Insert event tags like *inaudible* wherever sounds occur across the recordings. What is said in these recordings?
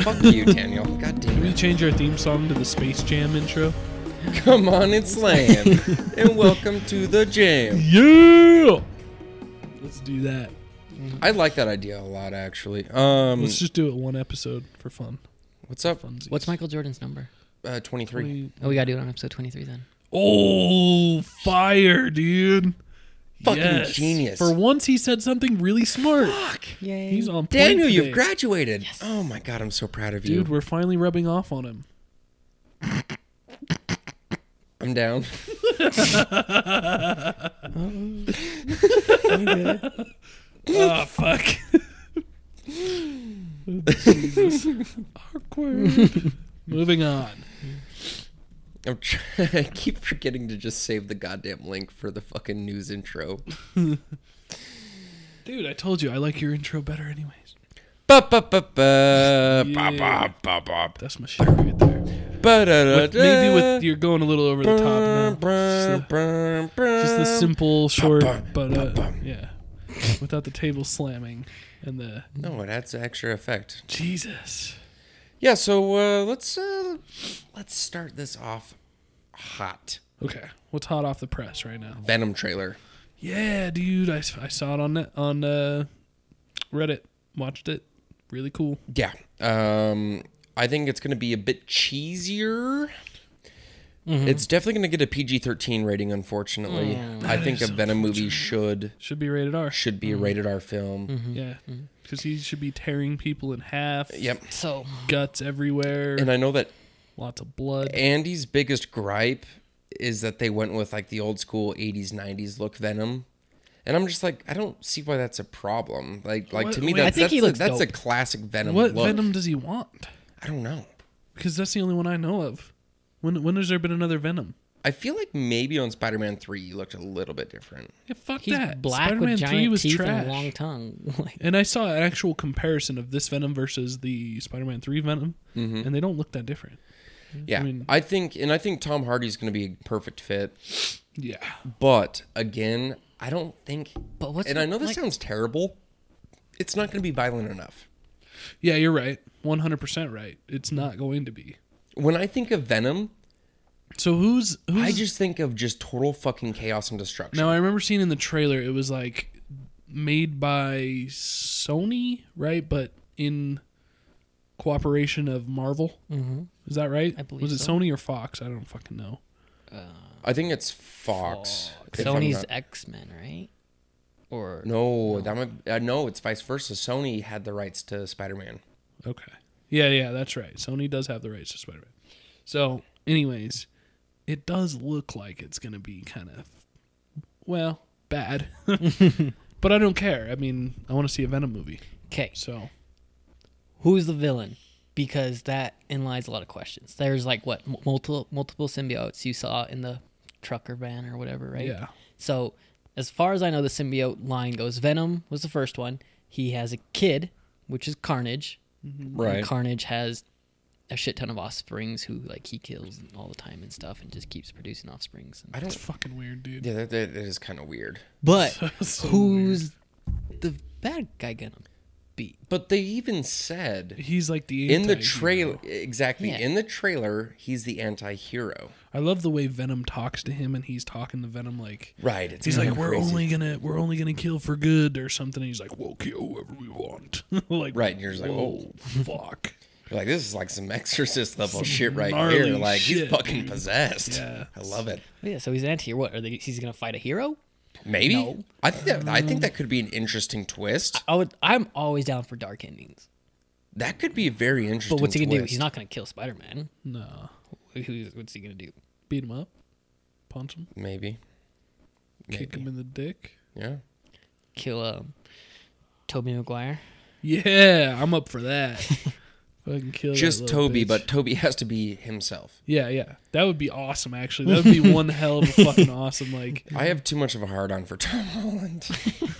Fuck you, Daniel. God Can damn we it. change our theme song to the Space Jam intro? *laughs* Come on, it's Lamb. *laughs* and welcome to the jam. Yeah! Let's do that. I like that idea a lot, actually. Um, Let's just do it one episode for fun. what's up? Funsies. What's Michael Jordan's number? Uh, 23. Oh, we gotta do it on episode 23 then. Oh, fire, dude. Fucking genius. For once, he said something really smart. Fuck. Yay. He's on point. Daniel, you've today. graduated. Oh my god, I'm so proud of you. Dude, we're finally rubbing off on him. I'm down. *laughs* oh, fuck. Jesus. Awkward. Moving on. I'm tr- *laughs* I keep forgetting to just save the goddamn link for the fucking news intro. Dude, I told you I like your intro better, anyways. Ba ba ba ba ba Yeah. ba ba ba. That's my shit right there. Ba da da With, maybe uh, with you're going a little over the top now. Just the, just Just the simple, short, Ba-bum, but uh, ba-bum. yeah, without the table slamming and the No, it adds Oh, an extra effect. Jesus. Yeah, so uh, let's uh, let's start this off hot. Okay, what's hot off the press right now? Venom trailer. Yeah, dude, I, s- I saw it on net- on uh, Reddit. Watched it. Really cool. Yeah. Um, I think it's going to be a bit cheesier. It's definitely going to get a PG thirteen rating. Unfortunately, I think a Venom movie should Should be rated R. should be a rated R film. Yeah, because he should be tearing people in half. Mm-hmm. Yep. So, Guts everywhere. And I know that lots of blood. Andy's biggest gripe is that they went with like the old school 80s 90s look Venom. And I'm just like I don't see why that's a problem. Like like What- to me wait, that's I think that's, he a, looks that's a dope. classic Venom What look. Venom does he want? I don't know. Because that's the only one I know of. When when has there been another Venom? I feel like maybe on Spider-Man 3 he looked a little bit different. Yeah, fuck he's that. black Spider-Man with 3 giant was teeth trash. and a long tongue. *laughs* like, And I saw an actual comparison of this Venom versus the Spider-Man 3 Venom, and they don't look that different. Yeah. I, Mm, mean- think and I think Tom Hardy's going to be a perfect fit. Yeah. But again, I don't think But what's And I know this like- sounds terrible. It's not going to be violent enough. Yeah, you're right. 100% right. It's not going to be. When I think of Venom, So who's who's I just think of just total fucking chaos and destruction. Now I remember seeing in the trailer it was like made by Sony, right? But in cooperation of Marvel. Mm-hmm. Is that right? I believe was it so. Sony or Fox? I don't fucking know. I think it's Fox. if I'm Sony's not- X Men, right? Or no, that might. Uh, no, it's vice versa. Sony had the rights to Spider-Man. Okay. Yeah, yeah, that's right. Sony does have the rights to Spider Man. So, anyways, it does look like it's going to be kind of, well, bad. *laughs* but I don't care. I mean, I want to see a Venom movie. okay, So, who's the villain? Because that lies a lot of questions. There's like what m- multiple multiple symbiotes you saw in the trucker van or whatever, right? Yeah. So as far as I know, the symbiote line goes. Venom was the first one. He has a kid, which is Carnage. Mm-hmm. And Carnage has a shit ton of offsprings who like he kills all the time and stuff, and just keeps producing offsprings. And, I it's don't. fucking weird, dude. Yeah, that, that, that is kind of weird. *laughs* but *laughs* So who's the bad guy gonna be? But they even said He's like the in the anti-hero. trailer exactly Yeah. in the trailer he's the anti-hero. I love the way Venom talks to him, and he's talking to Venom like Right. It's he's kinda like, "We're crazy." only gonna, we're only gonna kill for good" or something. And he's like, "We'll kill whoever we want." *laughs* like, Right, and you're just like, "Oh, *laughs* "Whoa, *laughs* fuck." You're like this is like some *laughs* exorcist level shit right gnarly here. Like he's shit, fucking possessed. Yeah. I love it. Oh, Yeah, so he's anti. What are they? He's gonna fight a hero? Maybe No. I think that I think that could be an interesting twist. I would. I'm always down for dark endings. That could be a very interesting. But what's he gonna do? twist. He's not gonna kill Spider Man. No, What's he gonna do? beat him up, punch him, Maybe. kick him in the dick. Yeah. Kill um, Toby Maguire? Yeah, I'm up for *laughs* that. Fucking kill that just little Toby, bitch. but Toby *laughs* has to be himself. yeah, yeah, that would be awesome. Actually, that would be one hell of a fucking awesome. *laughs* Like, I have too much of a hard on for Tom *laughs* Holland.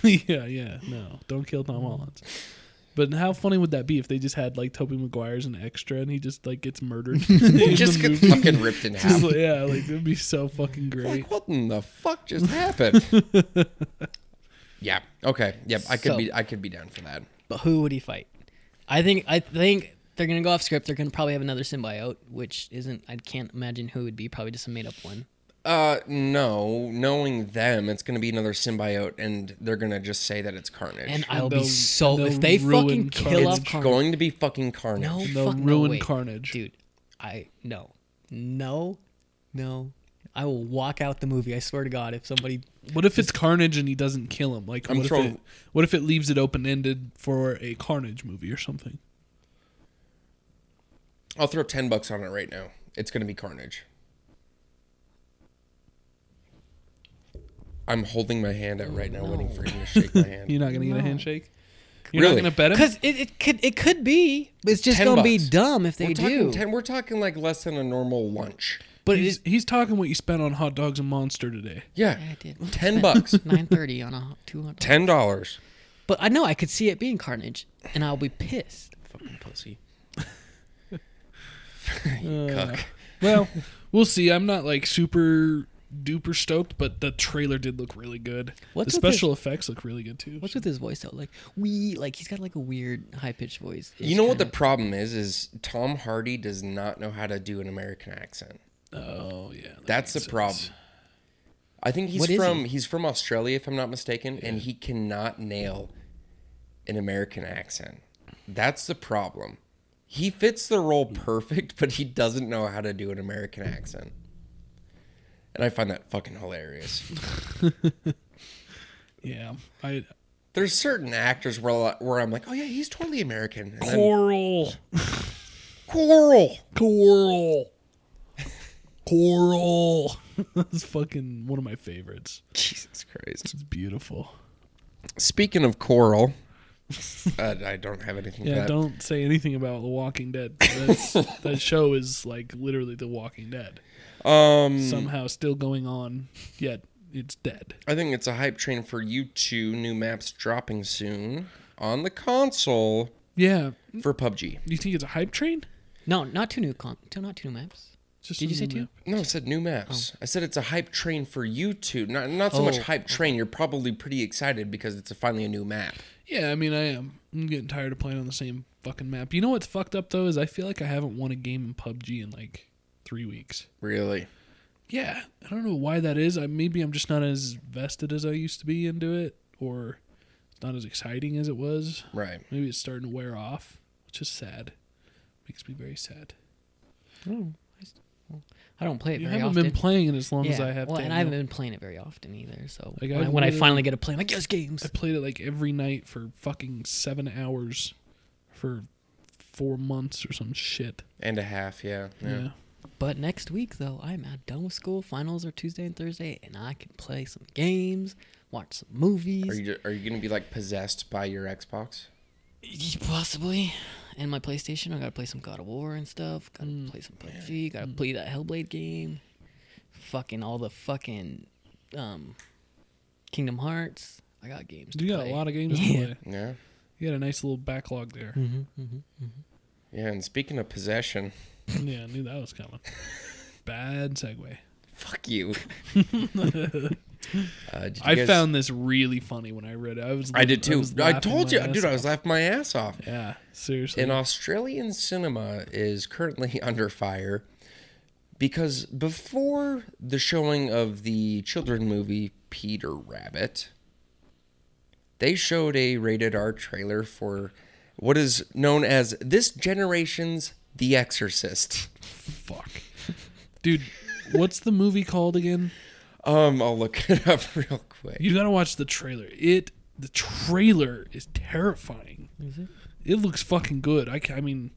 yeah, yeah, no, don't kill Tom Holland. But how funny would that be if they just had like Toby Maguire as an extra and he just like *laughs* gets murdered? *laughs* he *laughs* in just the gets movie? fucking ripped in Just half. like- yeah, like it'd be so fucking great. Like, what in the fuck *laughs* just happened? yeah. Okay. Yep. I could So- be. I could be down for that. But who would he fight? I think. I think they're gonna go off script. They're gonna probably have another symbiote, which isn't. I can't imagine who it would be. Probably just a made up one. Uh, no. Knowing them, it's gonna be another symbiote, and they're gonna just say that it's Carnage. And I'll be they'll- so they'll if they ruin fucking Carnage. kill off it's Carnage. going to be fucking Carnage. no, They'll fuck, no ruin way. Carnage. dude. I no, no, no. I will walk out the movie. I swear to God, if somebody What if it's Carnage and he doesn't kill him? Like, I'm what if, throwing- it, what if it leaves it open ended for a Carnage movie or something? I'll throw ten bucks on it right now. It's gonna be Carnage. I'm holding my hand out right now, waiting for him to shake my *laughs* hand. You're not gonna get a handshake. You're Really? not gonna bet him. because it, it could it could be. but It's just 10 gonna be bucks. dumb if they we're do. talking ten. We're talking like less than a normal lunch. but it He's, is. he's talking what you spent on hot dogs and monster today. Yeah, I did. ten bucks, *laughs* Nine thirty on a two hundred. ten dollars. But I know I could see it being Carnage, and I'll be pissed. Fucking *laughs* pussy. You cuck. Well, *laughs* we'll see. I'm not like super duper stoked, but the trailer did look really good. What's the with this- special effects look really good too. What's with his voice though? Like we like he's got like a weird high pitched voice. You know what the problem is? Is Tom Hardy does not know how to do an American accent. oh yeah, that That's the makes problem. sense. I think he's What is from he's from Australia, if I'm not mistaken, and he cannot nail an American accent. That's the problem. He fits the role perfect, but he doesn't know how to do an American accent. And I find that fucking hilarious. Yeah, I There's certain actors where where I'm like, oh yeah, he's totally American. And then- *laughs* coral, Coral. coral, coral. *laughs* That's fucking one of my favorites. Jesus Christ. It's beautiful. Speaking of coral, *laughs* uh, I don't have anything. Yeah, for that. don't say anything about The Walking Dead. That's, that show is like literally The Walking Dead. Um, Somehow still going on, yet it's dead. I think it's a hype train for you two. New maps dropping soon on the console Yeah, for PUBG. you think it's a hype train? No, not two new con. two- Not two new maps. Just Did you a say new two? map. No, I said new maps. I said it's a hype train for you two. Not not so much Oh, hype train. You're probably pretty excited because it's finally a new map. Yeah, I mean, I am. I'm getting tired of playing on the same fucking map. You know what's fucked up though is I feel like I haven't won a game in PUBG in like three weeks. Really? Yeah, I don't know why that is. I maybe I'm just not as vested as I used to be into it, or it's not as exciting as it was. Right. Maybe it's starting to wear off, which is sad. Makes me very sad. Oh, I s- well, I don't play it Hmm. You very haven't often. been playing it as long yeah. as I have. well, and Daniel. I haven't been playing it very often either. So Like, I when, I, when I literally- finally get to play, I'm like, yes, games. I *laughs* played it like every night for fucking seven hours for four months or some shit. And a half. Yeah. Yeah. Yeah. But next week, though, I'm out done with school. Finals are Tuesday and Thursday, and I can play some games, watch some Are movies, you ju- are you gonna be like possessed by your Xbox? possibly. And my PlayStation, I gotta play some God of War and stuff. Gotta Hmm. play some PUBG. Gotta play that Hellblade game. Fucking all the fucking um, Kingdom Hearts. I got games. To You got play. a lot of games Yeah. to play. Yeah. You got a nice little backlog *laughs* there. Yeah. And speaking of possession, yeah, I knew that *laughs* was coming. Bad segue. fuck you. uh, did you I guys- found this really funny when I read it. I was. I did too. was I, laughing told my you, ass dude. I was off. laughing my ass off. Yeah, seriously. An Australian cinema is currently *laughs* under fire because before the showing of the children movie Peter Rabbit, they showed a rated R trailer for what is known as this generation's The Exorcist. Fuck, dude. What's the movie called again? Um, I'll look *laughs* it up real quick. You gotta watch the trailer. It the trailer is terrifying. Is it? It looks fucking good. I, ca- I mean,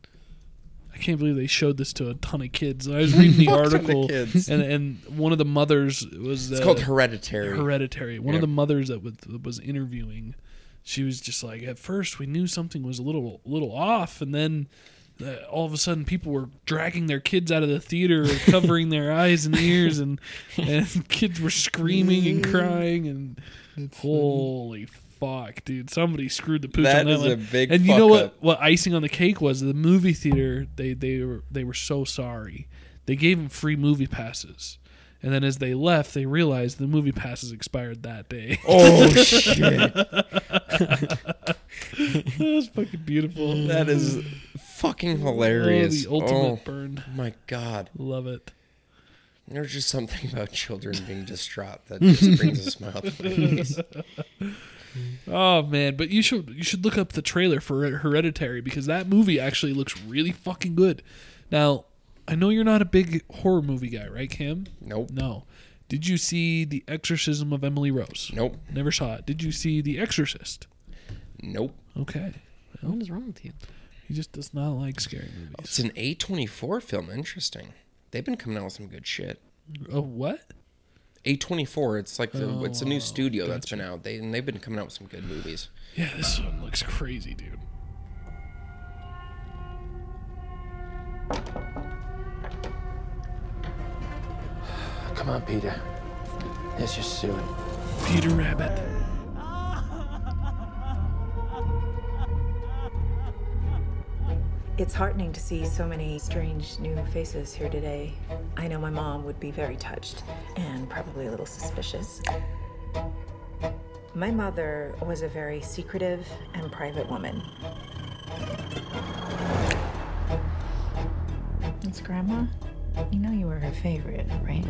I can't believe they showed this to a ton of kids. I *laughs* was reading the Fuck ton of article, kids. and and one of the mothers was It's uh, called Hereditary. Hereditary. One Yeah. of the mothers that was, that was interviewing, she was just like, at first we knew something was a little little off, and then uh, all of a sudden people were dragging their kids out of the theater, and covering their eyes and ears, and and *laughs* kids were screaming and crying, and holy. Fuck, dude! Somebody screwed the pooch That on that is one. a big and you know fuck what? up. What icing on the cake was the movie theater. They they were they were so sorry. They gave them free movie passes. And then as they left, they realized the movie passes expired that *laughs* day. *laughs* Oh shit! that was fucking beautiful. That is fucking hilarious. Oh, the ultimate Oh, burn. my god. Love it. There's just something *laughs* about children being distraught that just brings a smile to my *laughs* face. Oh man, but you should you should look up the trailer for Hereditary because that movie actually looks really fucking good. Now, I know you're not a big horror movie guy, right, Cam? Nope. No. Did you see The Exorcism of Emily Rose? Nope. Never saw it. Did you see The Exorcist? Nope. Okay. What is wrong with you? He just does not like scary movies. It's an A24 film. Interesting. They've been coming out with some good shit. Oh, what? A24. It's like the, it's a new studio that's Oh, gotcha. been out. They and they've been coming out with some good movies. Yeah, this one looks crazy, dude. Come on, Peter. Let's just do it. Peter Rabbit. It's heartening to see so many strange new faces here today. I know my mom would be very touched and probably a little suspicious. My mother was a very secretive and private woman. It's Grandma. You know you were her favorite, right?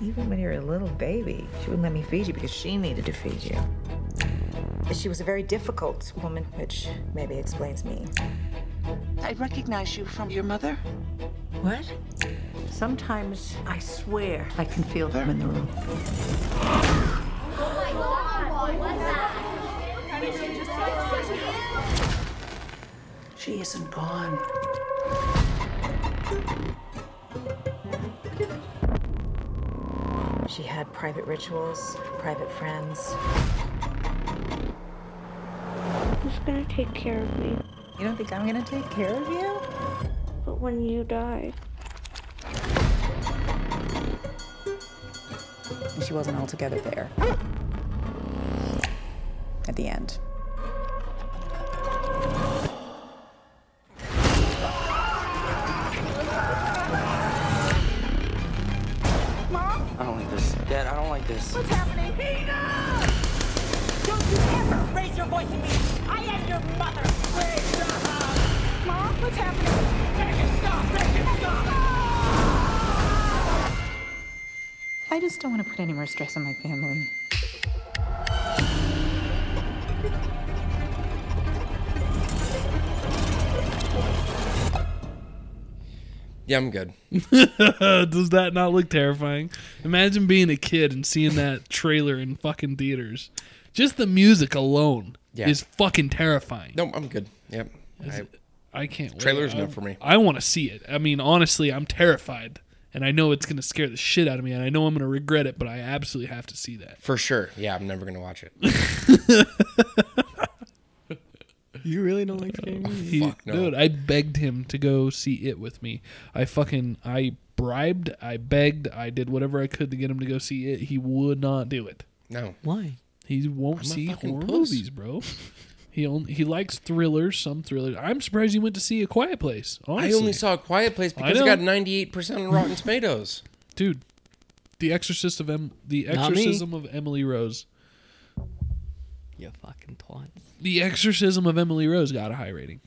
Even when you were a little baby, she wouldn't let me feed you because she needed to feed you. She was a very difficult woman, which maybe explains me. I recognize you from your mother. What? Sometimes I swear I can feel them in the room. She isn't gone. She had private rituals, private friends. Who's gonna take care of me? You don't think I'm gonna take care of you? But when you die, She wasn't altogether there. At the end. I don't like this. Dad, I don't like this. Don't you ever raise your voice at me! I am your mother! Raise your hand! Mom, what's happening? Make it stop! Make it stop! I just don't want to put any more stress on my family. Yeah, I'm good. Uh, Does that not look terrifying? Imagine being a kid and seeing that trailer in fucking theaters. Just the music alone Yeah. is fucking terrifying. No, I'm good. Yep. I, I can't. wait. Trailer's no I'm- for me. I want to see it. I mean, honestly, I'm terrified, and I know it's gonna scare the shit out of me, and I know I'm gonna regret it, but I absolutely have to see that. for sure. Yeah, I'm never gonna watch it. You really don't like scary movies? He- Fuck no. Dude, I begged him to go see it with me. I fucking I bribed, I begged, I did whatever I could to get him to go see it. He would not do it. No. Why? He won't see fucking horror puss. movies, bro. He only he likes thrillers, some thrillers. I'm surprised he went to see A Quiet Place. I Honestly. only saw A Quiet Place because it know. got 98% on Rotten Tomatoes. dude, The Exorcist of em- The Not me. Exorcism of Emily Rose. You fucking twat. The Exorcism of Emily Rose got a high rating.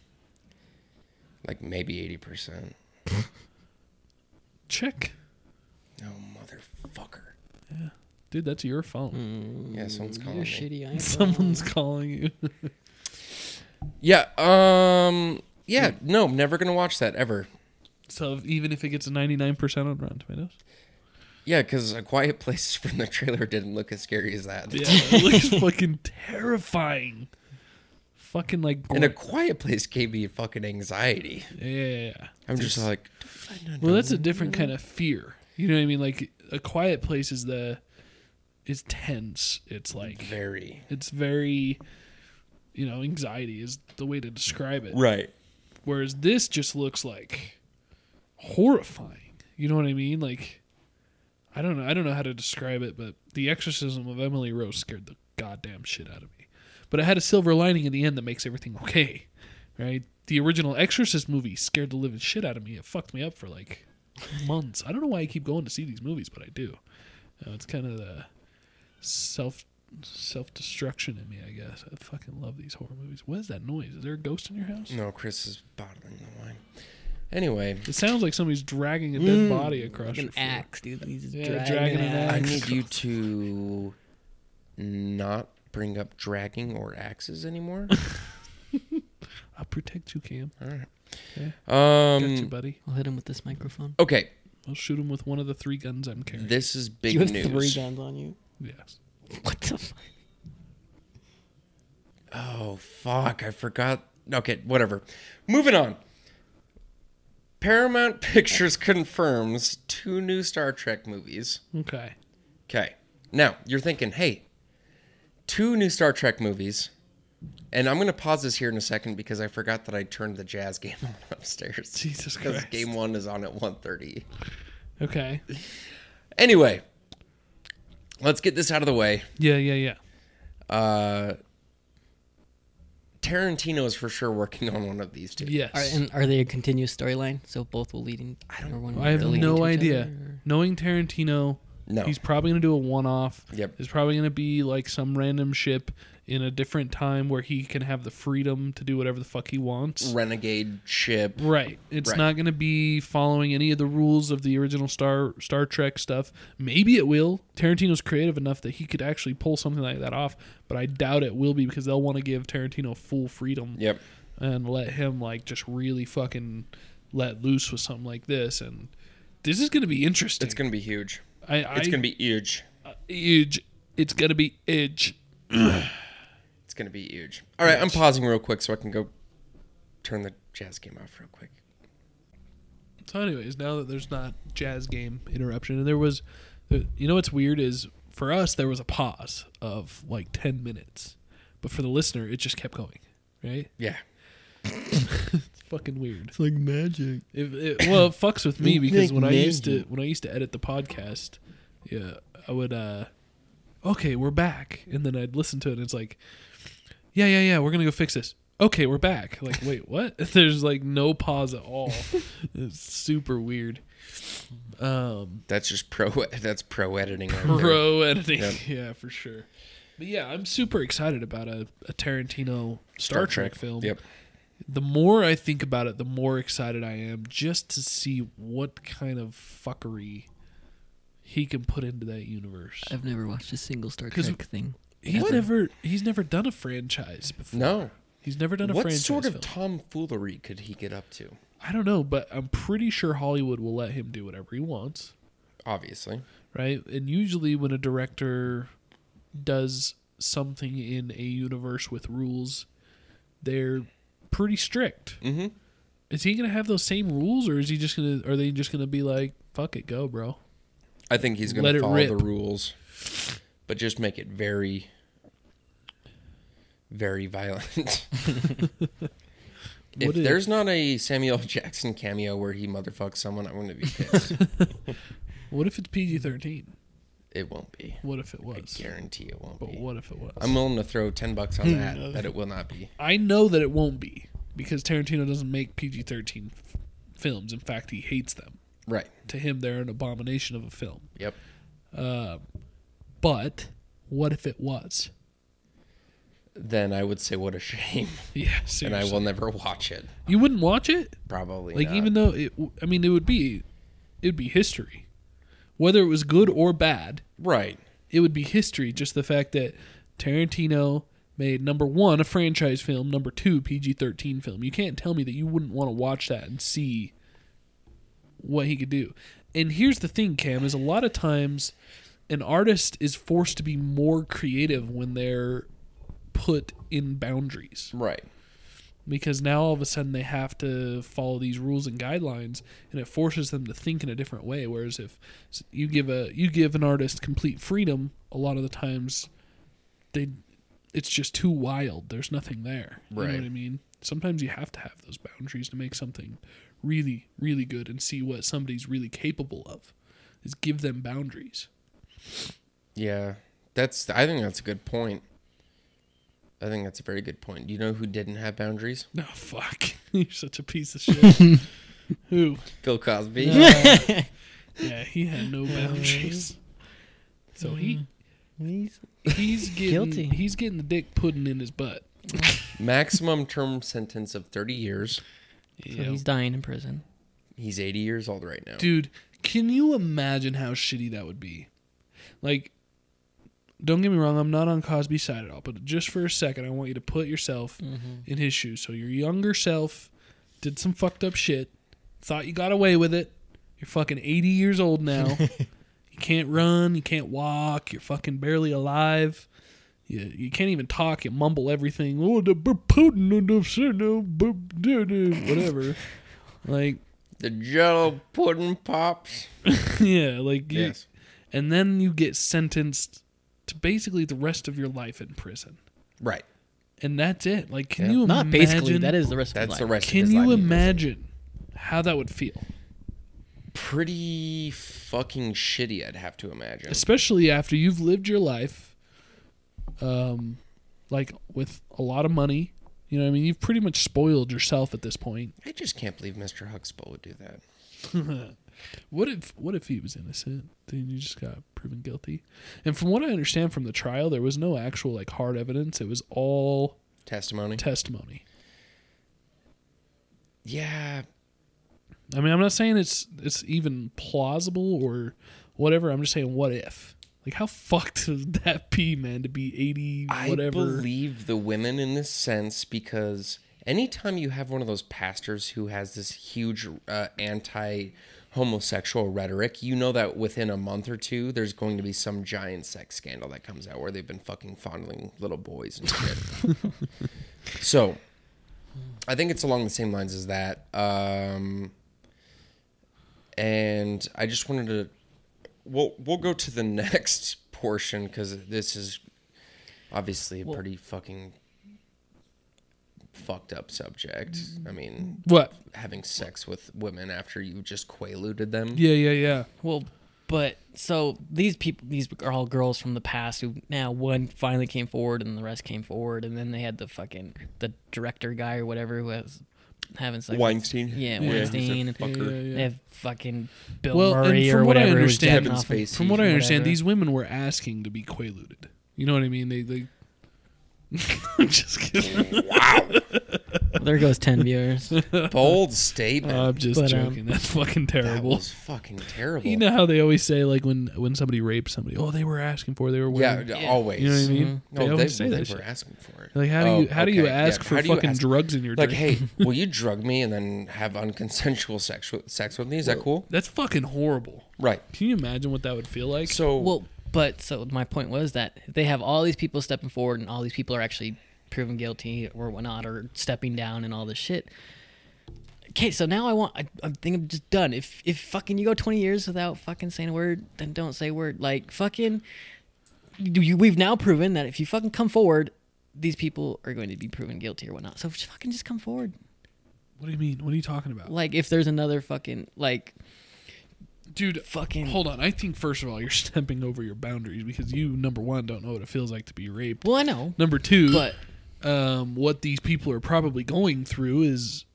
Like maybe 80%. Check, No, motherfucker. dude, that's your phone. Mm. Yeah, someone's calling Your me. shitty *laughs* *laughs* iPhone. Someone's calling you. Yeah, um, yeah, no, never gonna watch that ever. so even if it gets a ninety nine percent on Rotten Tomatoes, Yeah, because A Quiet Place *laughs* from the trailer didn't look as scary as that. yeah, *laughs* it looks fucking terrifying. Fucking like And A Quiet Place gave me fucking anxiety. yeah, yeah, yeah. I'm just like, Well, that's a different kind of fear. You know what I mean? Like a quiet place is the is tense. It's like very. it's very you know, anxiety is the way to describe it. Right. Whereas this just looks like horrifying. You know what I mean? Like I don't know. I don't know how to describe it, but the exorcism of Emily Rose scared the goddamn shit out of me. But it had a silver lining in the end that makes everything *laughs* okay, right? The original Exorcist movie scared the living shit out of me. It fucked me up for like months. I don't know why I keep going to see these movies, but I do. You know, it's kind of the self self destruction in me, I guess. I fucking love these horror movies. What is that noise? Is there a ghost in your house? No, Chris is bottling the wine. Anyway, It sounds like somebody's dragging a dead body across Mm. An your floor. axe, dude. He's just Yeah, dragging, dragging an an axe. I axe. need you to not bring up dragging or axes anymore. I'll protect you, Cam. Got you, Um, buddy. I'll hit him with this microphone. okay, I'll shoot him with one of the three guns I'm carrying. this is big you have news. three guns on you. yes. *laughs* What the *laughs* fuck? Oh fuck, I forgot. Okay, whatever. Moving on. Paramount *laughs* Pictures confirms two new Star Trek movies. Okay. Okay. Now, you're thinking, "Hey, two new Star Trek movies." And I'm going to pause this here in a second because I forgot that I turned the jazz *laughs* game on upstairs. Jesus Cuz Christ. game 1 is on at 1:30. Okay. Anyway, let's get this out of the way. Yeah, yeah, yeah. Uh Tarantino is for sure working on one of these two. Yes. Are, and are they a continuous storyline? So both will lead in. I don't. Or one I have will lead no into each idea. other, or- Knowing Tarantino, No. he's probably going to do a one off. Yep. There's probably going to be like some random ship in a different time where he can have the freedom to do whatever the fuck he wants. renegade ship. Right. It's Right. not going to be following any of the rules of the original Star Star Trek stuff. Maybe it will. Tarantino's creative enough that he could actually pull something like that off, but I doubt it will be because they'll want to give Tarantino full freedom Yep. and let him like just really fucking let loose with something like this and this is going to be interesting. It's gonna be huge. I, I, It's gonna be huge. be huge. It's going to be edge. It's gonna be huge. All right, I'm pausing real quick so I can go turn the jazz game off real quick. So, anyways, now that there's not jazz game interruption, and there was, you know, what's weird is for us there was a pause of like ten minutes, but for the listener it just kept going, right? Yeah. It's fucking weird. It's like magic. It, it, well, it fucks with me because Like when I used to magic. when I used to edit the podcast, yeah, I would. uh Okay, we're back, and then I'd listen to it, and it's like, yeah, yeah, yeah, we're gonna go fix this. Okay, we're back. Like, wait, what? *laughs* There's like no pause at all. it's super weird. Um, That's just pro. *laughs* That's pro editing. Right there. pro editing, Yep. yeah, for sure. But yeah, I'm super excited about a, a Tarantino *laughs* Star, Trek, film Yep. the more I think about it, the more excited I am just to see what kind of fuckery he can put into that universe. I've never watched a single Star 'Cause Trek thing. He's ever. never he's never done a franchise before. No. He's never done a What franchise sort of film. tomfoolery could he get up to? I don't know, but I'm pretty sure Hollywood will let him do whatever he wants. Obviously. right? And usually, when a director does something in a universe with rules, they're pretty strict. Mm-hmm. Is he gonna have those same rules, or is he just gonna? Are they just gonna be like, "Fuck it, go, bro"? I think he's Let gonna it follow rip. the rules, but just make it very, very violent. *laughs* if *laughs* What if- there's not a Samuel *laughs* Jackson cameo where he motherfucks someone, I'm gonna be pissed. What if it's PG thirteen? it won't be. What if it I was? *laughs* guarantee it won't But be. what if it was? I'm willing to throw ten bucks on *laughs* that that it will not be. I know that it won't be because Tarantino doesn't make PG thirteen f- films. In fact, he hates them. Right. To him, they're an abomination of a film. Yep. But what if it was? Then I would say what a shame, *laughs* Yeah, and seriously. I will never watch it. You wouldn't watch it? Probably. Like not. even though it, I mean, it would be, it'd be history, whether it was good or bad. right. It would be history. Just the fact that Tarantino made number one a franchise film, number two PG thirteen film. You can't tell me that you wouldn't want to watch that and see what he could do. And here's the thing, Cam, is a lot of times an artist is forced to be more creative when they're put in boundaries Right. because now all of a sudden they have to follow these rules and guidelines and it forces them to think in a different way whereas if s- you give a you give an artist complete freedom a lot of the times they it's just too wild there's nothing there you know Right. what i mean sometimes you have to have those boundaries to make something really really good and see what somebody's really capable of is give them boundaries *laughs* Yeah, that's. I think that's a good point. I think that's a very good point. Do you know who didn't have boundaries? no Oh, fuck *laughs* you're such a piece of shit who Bill Cosby. Yeah, he had no boundaries. So he He's He's getting Guilty. he's getting the dick pudding in his butt. *laughs* Maximum term sentence of 30 years. so he's dying in prison. He's 80 years old right now. Dude, can you imagine how shitty that would be? Like, don't get me wrong, I'm not on Cosby's side at all, but just for a second, I want you to put yourself in his shoes. So your younger self did some fucked up shit, thought you got away with it. You're fucking 80 years old now. you can't run, you can't walk, you're fucking barely alive. You, you can't even talk. You mumble everything. Oh, the b- Putin and the shit, uh, b- duh, duh," whatever. like, *laughs* The jello pudding pops. yeah, like you, Yes. and then you get sentenced to basically the rest of your life in prison, Right. and that's it. Like, can Yeah. you Not imagine? basically. That is the rest That's of the his life. rest of Can his life you in prison. imagine how that would feel, Pretty fucking shitty, I'd have to imagine. especially after you've lived your life, um, like with a lot of money. You know, what I mean, you've pretty much spoiled yourself at this point. I just can't believe Mr. Huxtable would do that. What if what if he was innocent? Then you just got proven guilty. And from what I understand from the trial, there was no actual like hard evidence. It was all Testimony. testimony. yeah. I mean, I'm not saying it's it's even plausible or whatever. I'm just saying, what if? Like, how fucked *laughs* would that be, man? To be 80, I whatever. believe the women in this sense because anytime you have one of those pastors who has this huge uh, anti homosexual rhetoric, you know that within a month or two, there's going to be some giant sex scandal that comes out where they've been fucking fondling little boys and shit. *laughs* so I think it's along the same lines as that. Um, and I just wanted to. We'll, we'll go to the *laughs* next portion because this is obviously a pretty fucking fucked up subject. I mean, what? having sex with women after you just quaaluded them. Yeah, yeah, yeah. Well, but so these people, these are all girls from the past who now one finally came forward and the rest came forward, and then they had the fucking the director guy or whatever who was having sex. with- Weinstein. Yeah, Yeah, he's a Weinstein. and fucker. Yeah, yeah. They have fucking Bill Well, and Murray from or what I whatever. who's understand- jacking Kevin off in- Spacey. From what I understand, Whatever. these women were asking to be quaaluded. You know what I mean? They, they. *laughs* I'm just kidding. There goes ten viewers. Bold statement. I'm just But, um, joking. That's fucking that terrible. was fucking terrible. Uh, *laughs* You know how they always say, like, when when somebody rapes somebody, oh, they were asking for, it, they were yeah, wearing. always. Mm-hmm. You know what I mean? No, They they, always say they that were shit. asking for it. Like, how do Oh, you how do you okay, yeah, ask how for do you fucking ask- drugs in your Like, drink? hey, *laughs* will you drug me and then have unconsensual sexual sex with me? Is that cool? That's fucking horrible. Right. Can you imagine what that would feel like? So Well, but so my point was that they have all these people stepping forward, and all these people are actually proven guilty or whatnot, or stepping down, and all this shit. Okay, so now I want. I, I think I'm just done. If if fucking you go 20 years without fucking saying a word, then don't say a word. Like fucking, you, you, we've now proven that if you fucking come forward, these people are going to be proven guilty or whatnot. So just fucking just come forward. what do you mean? What are you talking about? Like if there's another fucking like Dude, fucking- Hold on. I think first of all, you're *laughs* stepping over your boundaries because you number one don't know what it feels like to be raped. well I know, Number two, but um, what these people are probably going through is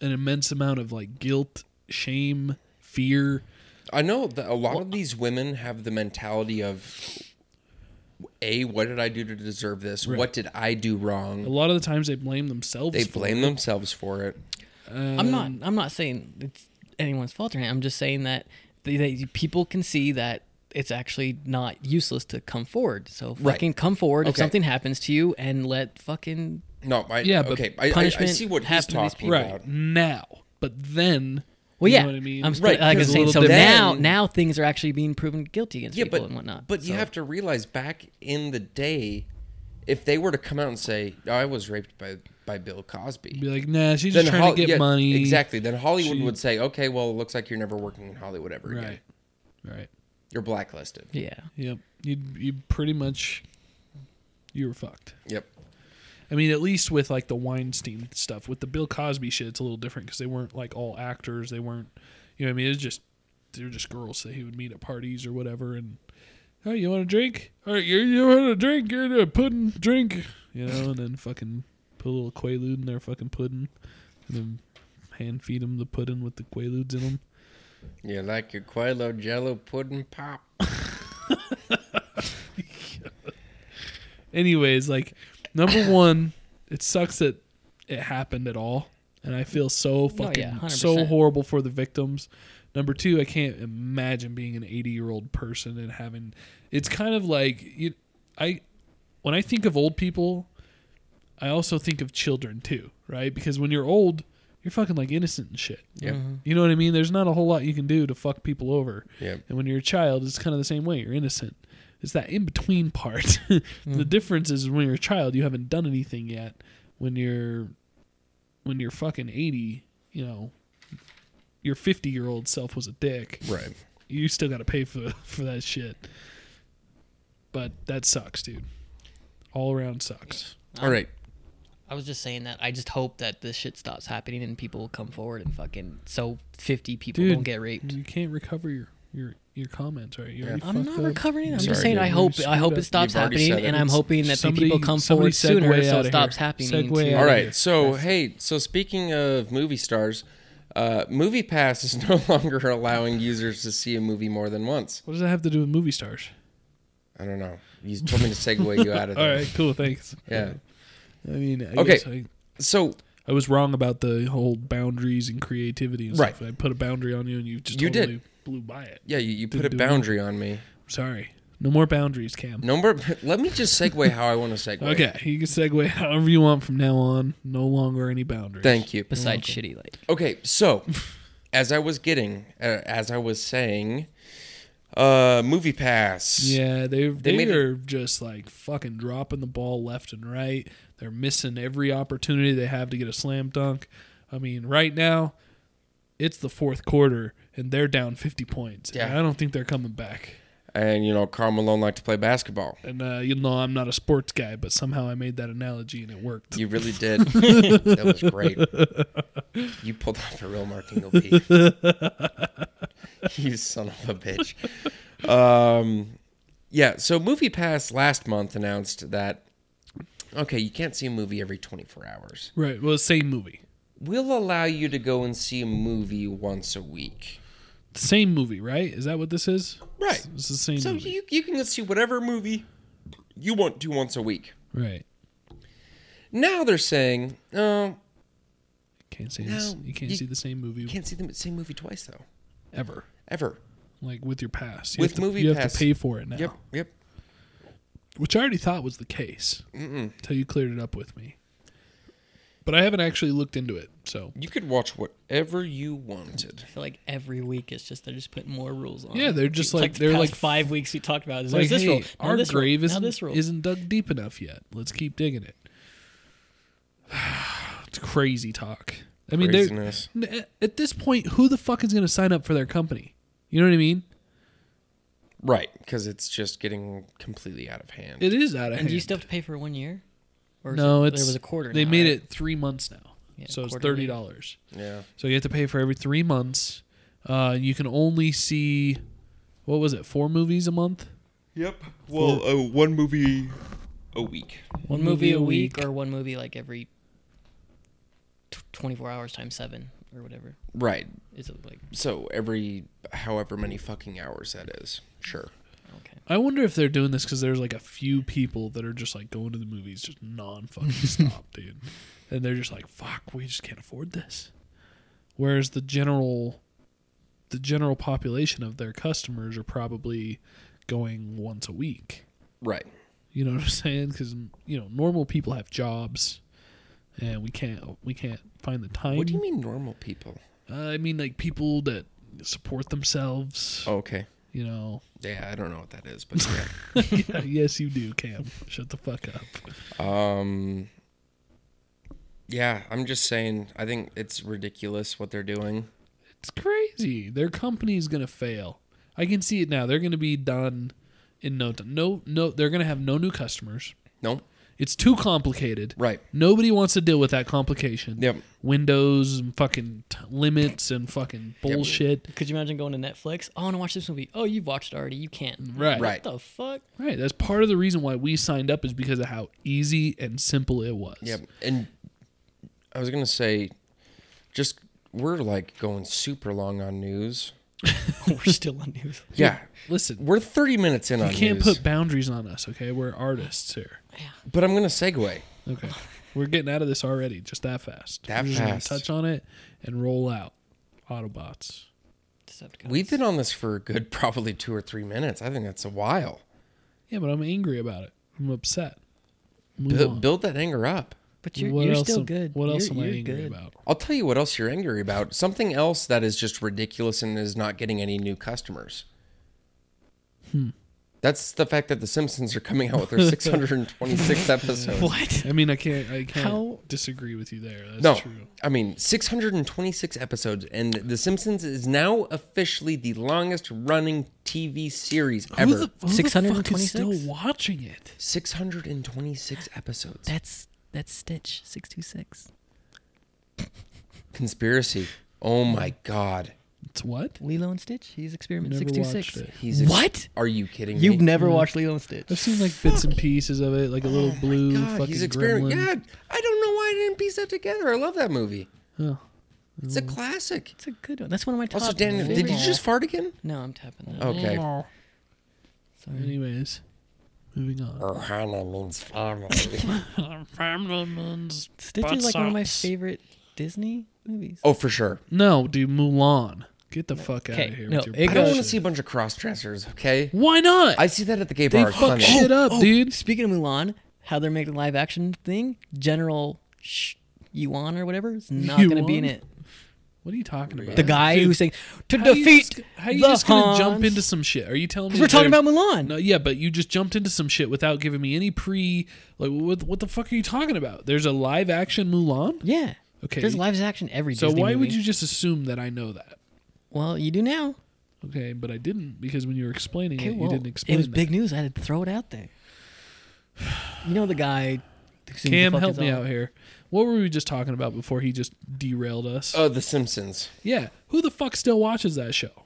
an immense amount of like guilt, shame, fear. I know that a lot of these women have the mentality of a what did I do to deserve this? What did I do A wrong? lot of the times they blame themselves. They for blame themselves for it. I'm not. I'm not saying it's anyone's fault or anything. I'm just saying that they, they, people can see that it's actually not useless to come forward. So Right. fucking come forward if Okay. something happens to you and let fucking No, I, Yeah, but okay, I, I, I punishment see what he's happened to these talking people. right about. now, but then. well, you yeah. know what I mean. I'm sp- Right, like I because was a saying. So little bit- now, Then- now things are actually being proven guilty against Yeah, people but and whatnot. but you So- have to realize back in the day, if they were to come out and say "Oh, I was raped by by Bill Cosby, Be like, nah, she's just trying Hol- to get yeah, money. Exactly. Then Hollywood She- would say, okay, well, it looks like you're never working in Hollywood ever again. Right. Right. You're blacklisted. yeah. Yep. You you pretty much you were fucked. Yep. I mean, at least with like the Weinstein stuff, with the Bill Cosby shit, it's a little different because they weren't like all actors. They weren't, you know, what I mean, it was just they were just girls that he would meet at parties or whatever. And oh, you want a drink? All right, you you want a drink? You're a pudding drink, you know, and then fucking put a little quaalude in their fucking pudding, and then hand feed them the pudding with the quaaludes in them. You like your Quelo Jello pudding pop? anyways, like number one, it sucks that it happened at all, and I feel so fucking yeah, so 100%. horrible for the victims. Number two, I can't imagine being an eighty-year-old person and having. It's kind of like you, I, when I think of old people, I also think of children too, right? Because when you're old, you're fucking like innocent and shit. Yeah. You know what I mean? There's not a whole lot you can do to fuck people over. Yeah. And when you're a child, it's kind of the same way. You're innocent. It's that in between part. *laughs* The difference is when you're a child, you haven't done anything yet. When you're when you're fucking 80, you know, your 50 year old self was a dick. Right. You still got to pay for for that shit. But that sucks, dude. All around sucks. All right. I was just saying that I just hope that this shit stops happening and people will come forward and fucking so 50 people Dude, don't get raped. You can't recover your your your comments, right? You already I'm fucked not up. recovering. I'm Sorry, just saying. dude. I You hope. I screwed hope up. it stops You've already happening, said it. and I'm hoping that the people come somebody forward sooner, segue so outta it here. stops happening. Segue to- outta All Yeah. right. So hey, so speaking of movie stars, uh, MoviePass is *laughs* no longer allowing users to see a movie more than once. What does that have to do with movie stars? I don't know. You told me to segue you out of *laughs* All there. right, cool, *laughs* thanks. Yeah. I mean, I Okay. guess I, So I was wrong about the whole boundaries and creativity and Right. stuff. I put a boundary on you, and you just You did. totally blew by it. yeah, you, you put a Didn't do boundary on me. Sorry, no more boundaries, Cam. No more. *laughs* Let me just segue how I want to segue. Okay, you can segue *laughs* however you want from now on. No longer any boundaries. Thank you. Besides shitty, like Okay, *laughs* so as I was getting, uh, as I was saying, uh, Movie Pass. Yeah, they they, made it- are just like fucking dropping the ball left and right. They're missing every opportunity they have to get a slam dunk. I mean, right now, it's the fourth quarter and they're down fifty points. And Yeah. I don't think they're coming back. And you know, Carl Malone liked to play basketball. And uh, you know, I'm not a sports guy, but somehow I made that analogy and it *laughs* worked. You really did. that was great. You pulled off a real Martino P. *laughs* you son of a bitch. Um, yeah. So Movie Pass last month announced that. Okay, you can't see a movie every 24 hours. right? Well, same movie, We'll allow you to go and see a movie once a week. same movie, right? Is that what this is? Right. It's the same So movie, you you can see whatever movie you want to once a week. right? Now they're saying, oh, Can't see this. No, You can't you- see the same movie you can't see the same movie twice though, ever. ever. Like with your pass, you With have to, Movie you have Pass. to pay for it now. Yep, yep. which I already thought was the case until you cleared it up with me. But I haven't actually looked into it, so You could watch whatever you wanted. I feel like every week it's just they're just putting more rules on. Yeah, it. they're just It's like- the they're past like- five weeks we talked about. It. There's like, this hey, rule. now our this rule, grave now isn't, this rule. isn't dug deep enough yet. Let's keep digging it. *sighs* it's crazy talk. I mean, they're, Craziness. n- at this point, who the fuck is going to sign up for their company? You know what I mean? Right, because it's just getting completely out of hand. It is out of and hand. do you still have to pay for one year? Or is no, it- it's there was a quarter. They now, made right? it three months now, Yeah, so it's quarterly. thirty dollars. yeah. So you have to pay for every three months. Uh, you can only see, what was it, four movies a month? Yep. Well, uh, one movie a week. one movie a week, or one movie like every tw- 24 hours times seven or whatever. Right. Is it like So every however many fucking hours that is. Sure. okay? I wonder if they're doing this because there's like a few people that are just like going to the movies just non *laughs* fucking stop, dude. And they're just like, fuck, we just can't afford this. Whereas the general, the general population of their customers are probably going once a week. Right. You know what I'm saying? Because you know, normal people have jobs, and we can't we can't find the time. What do you mean normal people? Uh, I mean, like people that support themselves. Oh, okay. You *laughs* know. *laughs* Yeah, I don't know what that is, but yeah. Yeah, yes, you do, Cam. Shut the fuck up. Um. Yeah, I'm just saying. I think it's ridiculous what they're doing. It's crazy. Their company's gonna fail. I can see it now. They're gonna be done in no time. No, no. They're gonna have no new customers. No, It's too complicated. Right. Nobody wants to deal with that complication. Yep. Windows and fucking t- limits and fucking bullshit. Could you imagine going to Netflix? I want to watch this movie. Oh, you've watched it already. You can't. Right. Right. What the fuck? Right. That's part of the reason why we signed up is because of how easy and simple it was. Yeah, and I was gonna say, just we're like going super long on news. *laughs* We're still on news. Yeah. Listen, We're 30 minutes in you on can't news, put boundaries on us, okay? We're artists here. but I'm going to segue. Okay. We're getting out of this already, just that fast. That We're just gonna fast. touch on it and roll out. Autobots. Decepticons. We've been on this for a good probably two or three minutes. I think that's a while. Yeah, but I'm angry about it. I'm upset. Move Bu- on. build that anger up. but you're, What you're else still am- good. What else You're- am I you're angry good. about? I'll tell you what else you're angry about. Something else that is just ridiculous and is not getting any new customers. Hmm. That's the fact that The Simpsons are coming out with *laughs* their 626th episode. *laughs* What? I mean, I can't. I can't How- disagree with you there. That's No, true. I mean 626 episodes, and The Simpsons is now officially the longest-running TV series ever. Who the, who the fuck is still 626? watching it? 626 episodes. That's that's Stitch six two six. Conspiracy. Oh my god. It's what? Lilo and Stitch. He's experiment Never six two watched six. it. He's ex- What? Are you kidding You've me? never watched Lilo and Stitch. I've seen like bits and pieces of it, like a little blue Oh God, fucking he's experiment. gremlin. Yeah, I don't know why I didn't piece that together. I love that movie. Oh. It's a classic. That's a good one. That's one of my top. Also, Dan, did you favorites. just fart again? No, I'm tapping that. Okay. Sorry. Anyways, moving on. means family. Stitch is like one of my favorite Disney movies. *laughs* oh, for sure. No, dude, Mulan. Get the fuck out Okay, of here. no, with your it I bullshit. don't goes- want to see a bunch of cross dressers, okay? Why not? I see that at the gay they bar. fuck plenty. shit up, Oh, dude. Speaking of Mulan, how they're making the live action thing, General Sh- Yuan or whatever is not going to be in Yuan? it. What are you talking about? The guy Dude, who's saying to how you defeat just- how you the just gonna jump Huns." into some shit? Are you telling me We're that talking they're- about Mulan. No, yeah, but you just jumped into some shit without giving me any pre. Like, what, what the fuck are you talking about? There's a live action Mulan. Yeah. Okay. There's live action every So Disney why would movie. you just assume that I know that? Well, you do now. Okay, but I didn't because when you were explaining Okay, it, well, you didn't explain. It was that. big news. I had to throw it out there. You know the guy. who sings the Cam, fucking help me *laughs* song? out here. What were we just talking about before he just derailed us? Oh, The Simpsons. yeah, who the fuck still watches that show?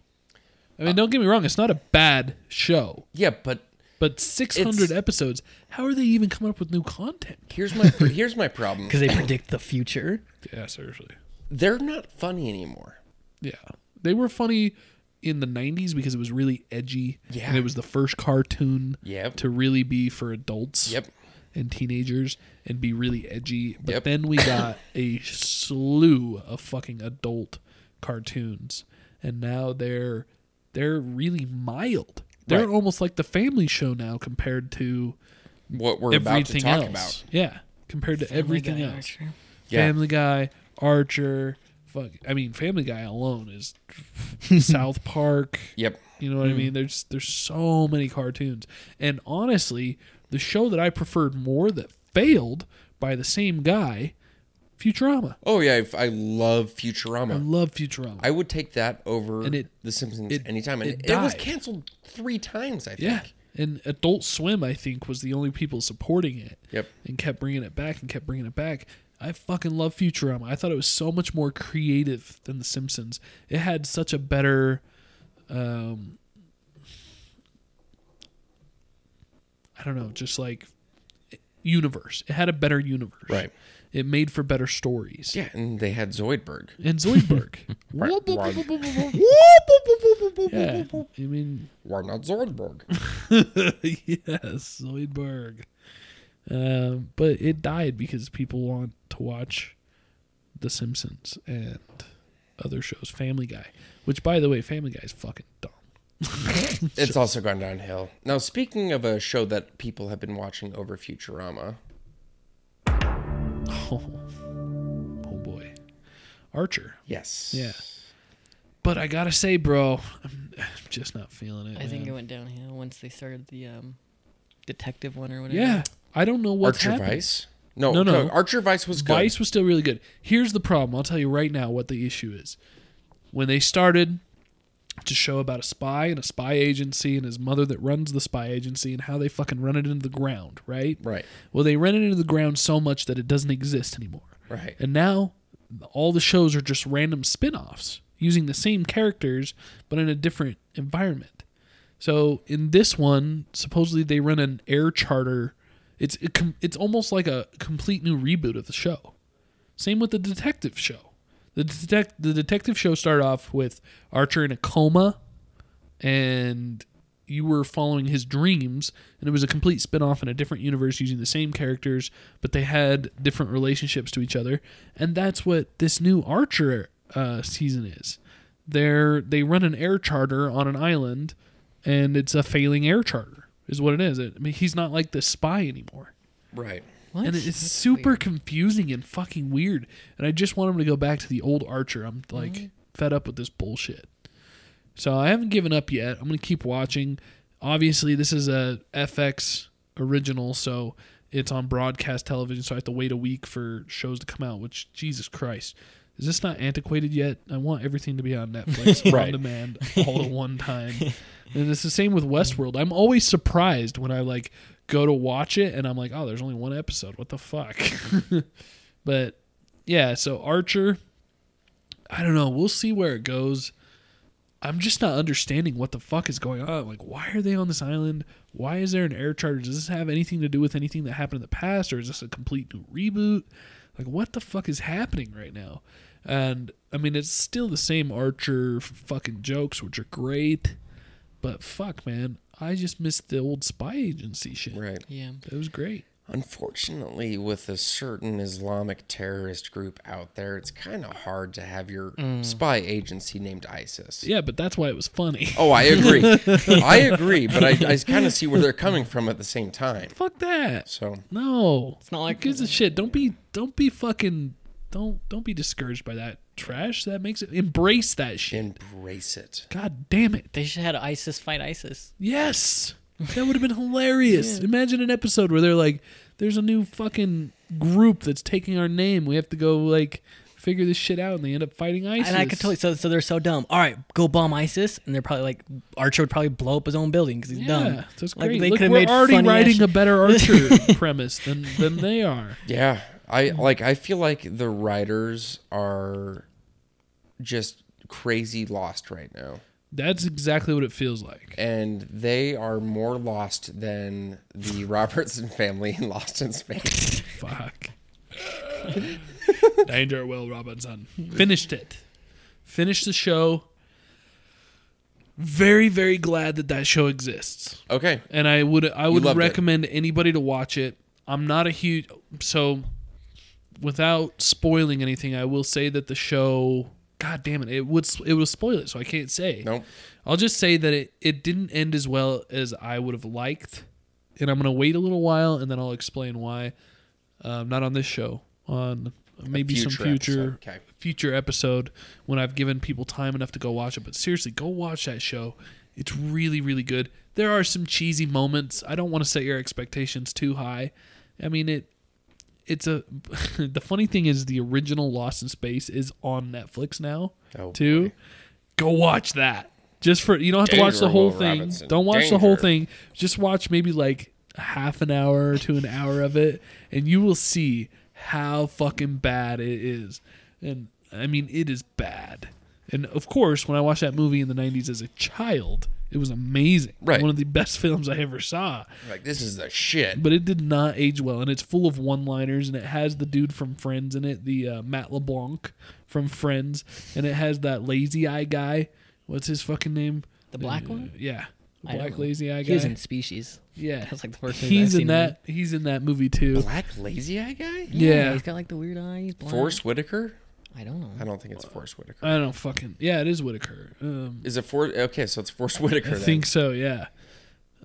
I mean, don't get me wrong; it's not a bad show, Yeah, but but 600 It's- episodes. How are they even coming up with new content? here's my *laughs* here's my *laughs* problem. Because they predict the future. Yeah, seriously. They're not funny anymore. Yeah. They were funny in the 90s because it was really edgy. Yeah. And it was the first cartoon Yep. to really be for adults Yep. and teenagers and be really edgy. But Yep. then we *laughs* got a slew of fucking adult cartoons. And now they're they're really mild. They're Right. almost like the family show now compared to What we're about to everything talk else. about. Yeah. Compared to everything Guy, else. Archer. Yeah. Family Guy, Archer, fuck. I mean, Family Guy alone is *laughs* South Park. Yep. You know what I mean? There's there's so many cartoons, and honestly, the show that I preferred more that failed by the same guy, Futurama. Oh yeah, if- I love Futurama. I love Futurama. I would take that over And it- The Simpsons it- anytime. And it it, it was died. canceled three times, I think. yeah. And Adult Swim, I think, was the only people supporting it. Yep. And kept bringing it back and kept bringing it back. I fucking love Futurama. I thought it was so much more creative than The Simpsons. It had such a better. Um, I don't know, just like universe. It had a better universe. Right. It made for better stories. Yeah, and they had Zoidberg. And Zoidberg. Right. Whoop, whoop, Right. whoop, whoop, whoop, whoop. Yeah. I mean, Why not Zoidberg? *laughs* yes, Zoidberg. Um, but it died because people want to watch The Simpsons and other shows. Family Guy, which by the way, Family Guy is fucking dumb. *laughs* It's also gone downhill. Now, speaking of a show that people have been watching over Futurama, Oh, oh boy, Archer. yes, Yeah. But I gotta say, bro, I'm, *sighs* I'm just not feeling it. I think man. it went downhill once they started the um, detective one or whatever. Yeah, I don't know what's Archer happening. Vice. No, No, no, no. no, Archer Vice was good. Vice was still really good. Here's the problem. I'll tell you right now what the issue is. When they started to show about a spy and a spy agency and his mother that runs the spy agency and how they fucking run it into the ground, right? Right. Well, they ran it into the ground so much that it doesn't exist anymore. Right. And now all the shows are just random spin-offs using the same characters but in a different environment. So in this one, supposedly they run an air charter. It's it com- it's almost like a complete new reboot of the show. Same with the detective show. The detect the detective show started off with Archer in a coma, and you were following his dreams, and it was a complete spin-off in a different universe using the same characters, but they had different relationships to each other, and that's what this new Archer uh, season is. They're they run an air charter on an island, and it's a failing air charter is what it is. It, I mean, he's not like the spy anymore. Right. What? And it's That's super weird. confusing and fucking weird. And I just want him to go back to the old Archer. I'm like fed up with this bullshit. So I haven't given up yet. I'm gonna keep watching. Obviously, this is a FX original, so it's on broadcast television. So I have to wait a week for shows to come out. Which Jesus Christ, is this not antiquated yet? I want everything to be on Netflix Right. on demand all at one time. And it's the same with Westworld. I'm always surprised when I like go to watch it and I'm like, oh, there's only one episode. What the fuck? *laughs* but yeah, so Archer, I don't know. We'll see where it goes. I'm just not understanding what the fuck is going on. Like, why are they on this island? Why is there an air charter? Does this have anything to do with anything that happened in the past, or is this a complete new reboot? Like, what the fuck is happening right now? And I mean, it's still the same Archer fucking jokes, which are great, but fuck, man, I just missed the old spy agency shit. Right. Yeah. It was great. Unfortunately, with a certain Islamic terrorist group out there, it's kind of hard to have your spy agency named ISIS. Yeah, but that's why it was funny. *laughs* Oh, I agree. I agree, but I, I kind of see where they're coming from at the same time. Fuck that. So, No, it's not like- gives a shit. Don't be, don't be fucking, don't, don't be discouraged by that trash. That makes it embrace that shit. embrace it. God damn it. They should have had ISIS fight ISIS. Yes, that would have *laughs* been hilarious. Imagine an episode where they're like, "There's a new fucking group that's taking our name. We have to go like figure this shit out," and they end up fighting ISIS. And I could totally so so they're so dumb. All right, go bomb ISIS, and they're probably like Archer would probably blow up his own building because he's Yeah, dumb. so it's Like, great. they Look, could've we're made already funny writing ass- a better Archer *laughs* premise than than they are. Yeah, I like. I feel like the writers are just crazy lost right now, That's exactly what it feels like. and they are more lost than the *laughs* Robertson family in Lost in Space. Fuck. Danger Will Robinson. Finished it. Finished the show. Very, very glad that that show exists. Okay, and I would I would loved it. recommend anybody to watch it. I'm not a huge so without spoiling anything, I will say that the show God damn it, it would it would spoil it, so I can't say. Nope. I'll just say that it, it didn't end as well as I would have liked. And I'm gonna wait a little while and then I'll explain why. Um, not on this show, on maybe some future episode, future okay. future episode when I've given people time enough to go watch it. But seriously, go watch that show. It's really, really good. There are some cheesy moments. I don't want to set your expectations too high. I mean it it's a *laughs* the funny thing is the original Lost in Space is on Netflix now Oh, too. Go watch that. Just for you don't have to watch Danger, the whole Will thing. Robinson. Don't watch the whole Danger. thing. Just watch maybe like half an hour to an hour of it and you will see how fucking bad it is. And I mean it is bad. And of course, when I watched that movie in the 90s as a child, it was amazing. Right. One of the best *laughs* films I ever saw like this is the shit. but it did not age well and it's full of one-liners and it has the dude from friends in it the uh, matt leblanc from friends and it has that lazy eye guy what's his fucking name The black Uh, one? yeah the I don't black know. lazy eye He guy was in Species. yeah That's like the first movie he's I've in seen him that he's in that movie too Black lazy eye guy? yeah, he's got like the weird eyes. Blind. Forrest Whitaker? I don't know. *laughs* I don't think it's Forrest Whitaker. i don't fucking yeah it is whitaker um Is it For? Okay, so it's Forrest Whitaker. i then. think so yeah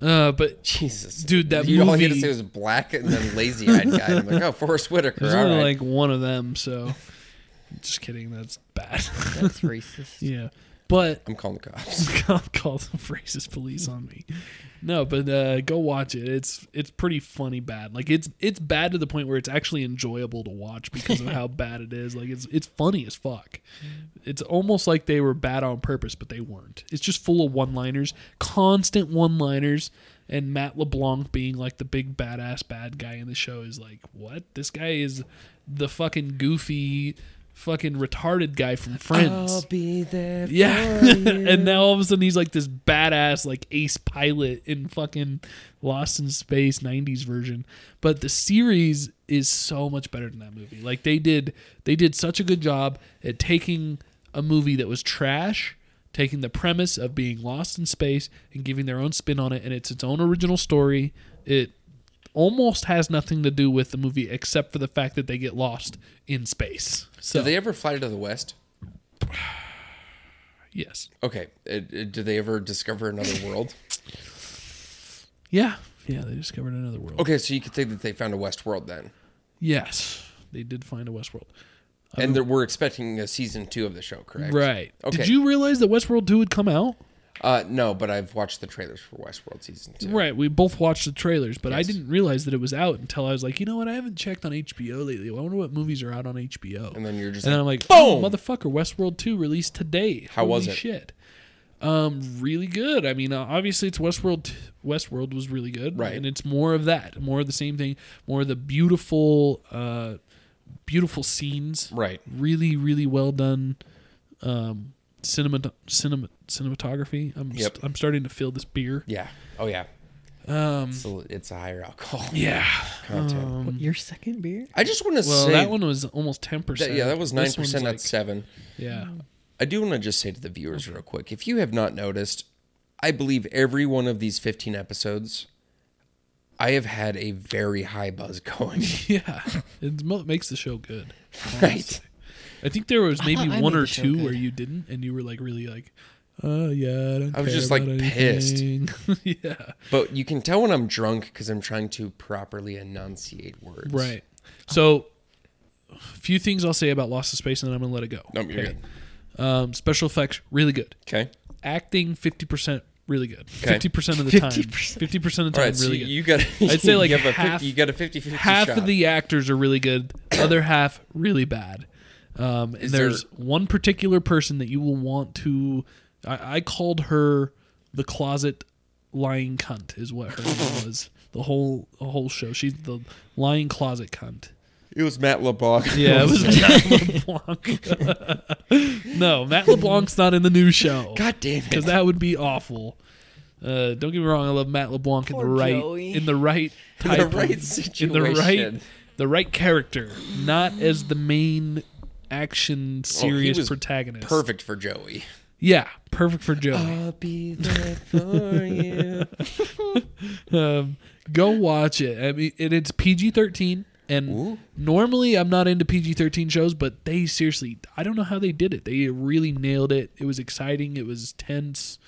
uh but Jesus, Dude, that you all you had to movie- say was black and then lazy eyed guy. I'm like, oh, Forrest Whitaker. there's all only right. like one of them *laughs* so just kidding that's bad *laughs* That's racist. yeah but I'm calling the cops. called called the racist police on me. No, but uh, go watch it. It's it's pretty funny bad. Like it's it's bad to the point where it's actually enjoyable to watch because of how bad it is. Like it's it's funny as fuck. It's almost like they were bad on purpose, but they weren't. It's just full of one-liners, constant one-liners, and Matt LeBlanc being like the big badass bad guy in the show is like, what? This guy is the fucking goofy fucking retarded guy from Friends. I'll be there. Yeah. *laughs* for you. and now all of a sudden he's like this badass like ace pilot in fucking Lost in Space 90s version. But the series is so much better than that movie. Like they did they did such a good job at taking a movie that was trash, taking the premise of being lost in space and giving their own spin on it and it's its own original story. It almost has nothing to do with the movie except for the fact that they get lost in space. *laughs* So Did they ever fly to the west? yes. Okay. Uh, uh, did they ever discover another world? Yeah. Yeah, they discovered another world. Okay, so you could say that they found a west world then. Yes, they did find a Westworld. And there, we're expecting a season two of the show, correct? Oh. Right. Okay. Did you realize that Westworld 2 had come out? Uh, no, but I've watched the trailers for Westworld season two. Right. We both watched the trailers, but I didn't realize that it was out until I was like, you know what? I haven't checked on HBO lately. I wonder what movies are out on HBO. And then you're just And then I'm like, like, oh, boom! motherfucker, Westworld 2 released today. How was Holy it? Shit. Um, really good. I mean, uh, obviously, it's Westworld. t- Westworld was really good, Right. And it's more of that, more of the same thing, more of the beautiful, uh, beautiful scenes, Right. Really, really well done. Um, cinema, cinema, cinematography. I'm, Yep. st- I'm starting to feel this beer. Yeah. Oh yeah. Um, it's a, it's a higher alcohol Yeah. content. Mm. Your second beer? I just want to Um, Well, say that one was almost ten percent. that- yeah, that was nine percent, not seven. Yeah. I do want to just say to the viewers real quick, if you have not noticed, I believe every one of these fifteen episodes, I have had a very high buzz *laughs* going. *laughs* Yeah, it mo- makes the show good. right. I think there was maybe *laughs* I one made or the show two good. where you didn't, and you were like really like, oh yeah, I, don't I was care just, like, about pissed. anything." *laughs* yeah, But you can tell when I'm drunk because I'm trying to properly enunciate words. right. So, a few things I'll say about Lost in Space, and then I'm gonna let it go. No, you're Okay. Um, special effects really good. good. Okay. Acting fifty percent really good. Okay. Fifty percent of the time. Fifty percent of the All time right. so really you, good. you got. *laughs* I'd say like you, have a half, 50, you got a 50-50 half shot. of the actors are really good, other half really bad. Um, and there- there's one particular person that you will want to. I, I called her the closet lying cunt, is what *laughs* her name was. The whole the whole show, she's the lying closet cunt. It was Matt LeBlanc. Yeah, it was Matt *laughs* LeBlanc. *laughs* no, Matt LeBlanc's not in the new show God damn because it. that would be awful. Uh, don't get me wrong, I love Matt LeBlanc in the Poor right Joey. in the *laughs* right *laughs* the type of- right in the right situation. the right character, not as the main action serious was protagonist. Perfect for Joey. Yeah, perfect for Joey. I'll be there for you. um, go watch it. I mean, and it's PG thirteen. And Ooh. normally I'm not into PG thirteen shows, but they seriously, I don't know how they did it. They really nailed it. It was exciting. It was tense.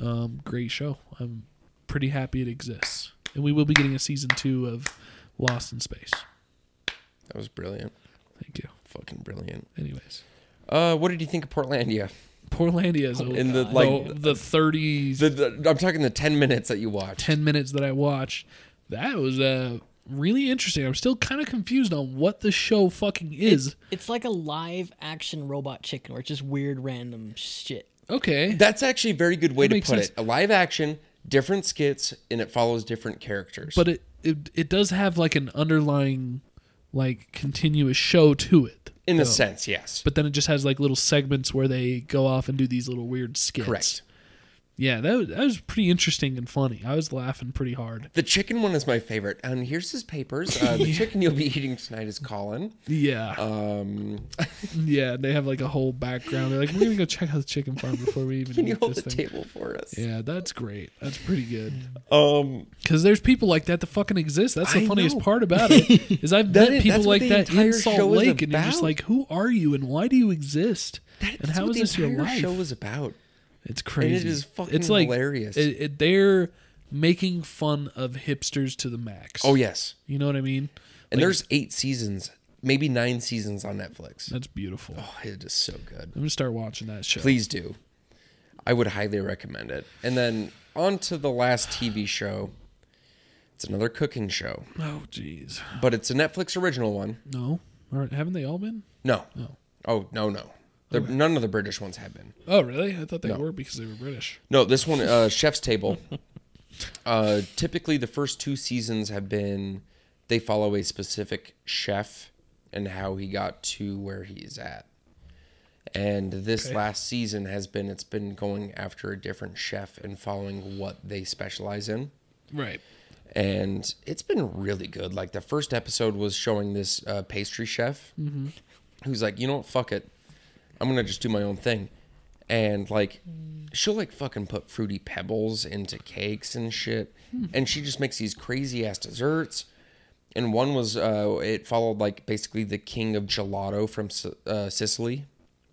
Um, great show. I'm pretty happy it exists, and we will be getting a season two of Lost in Space. That was brilliant. Thank you. Fucking brilliant. Anyways, Uh, what did you think of Portlandia? Portlandia is In the like like the thirties, the, the- I'm talking the ten minutes that you watched. ten minutes that I watched. That was uh, really interesting. I'm still kind of confused on what the show fucking is. It's like a live action robot chicken where it's just weird random shit. okay, That's actually a very good way That to makes put sense. it. A live action, different skits, and it follows different characters. but it, it it does have like an underlying, like continuous show to it. in a though. sense, yes. uh, But then it just has like little segments where they go off and do these little weird skits. Correct. Yeah, that was, that was pretty interesting and funny. I was laughing pretty hard. The chicken one is my favorite. And here's his papers. Uh, *laughs* the chicken you'll be eating tonight is Colin. Yeah. Um, Yeah, they have like a whole background. They're like, we're gonna go check out the chicken farm before we even can you eat hold this the thing. table for us? Yeah, that's great. That's *laughs* pretty good. Um, Because there's people like that that fucking exist. That's the I funniest know. part *laughs* about it. Is I've That met is- people that's what like the that in entire Salt show is Lake, and you're just about. like, who are you and why do you exist? that, and that's how what is this the your entire life? show is about. It's crazy. is fucking it's like, hilarious. It, it, they're making fun of hipsters to the max. Oh yes, You know what I mean? and Like, there's eight seasons, maybe nine seasons on Netflix. that's beautiful. I'm Oh, it is so good. gonna start watching that show. Please do. I would highly recommend it. And then on to the last TV show. It's another cooking show, Oh, jeez. but it's a Netflix original one. No, Aren't- haven't they all been? No. Oh no no. The- None of the British ones have been. Oh, really? I thought they No. were because they were British. No, this one, uh, Chef's Table. *laughs* Uh, typically, the first two seasons have been they follow a specific chef and how he got to where he is at. And this last season has been it's been going after a different chef and following what they specialize in Right. and it's been really good. Like the first episode was showing this uh, pastry chef who's like, you know what, fuck it, I'm gonna just do my own thing, and like she'll like fucking put fruity pebbles into cakes and shit, and she just makes these crazy ass desserts. And one was uh, it followed like basically the king of gelato from S- uh, Sicily,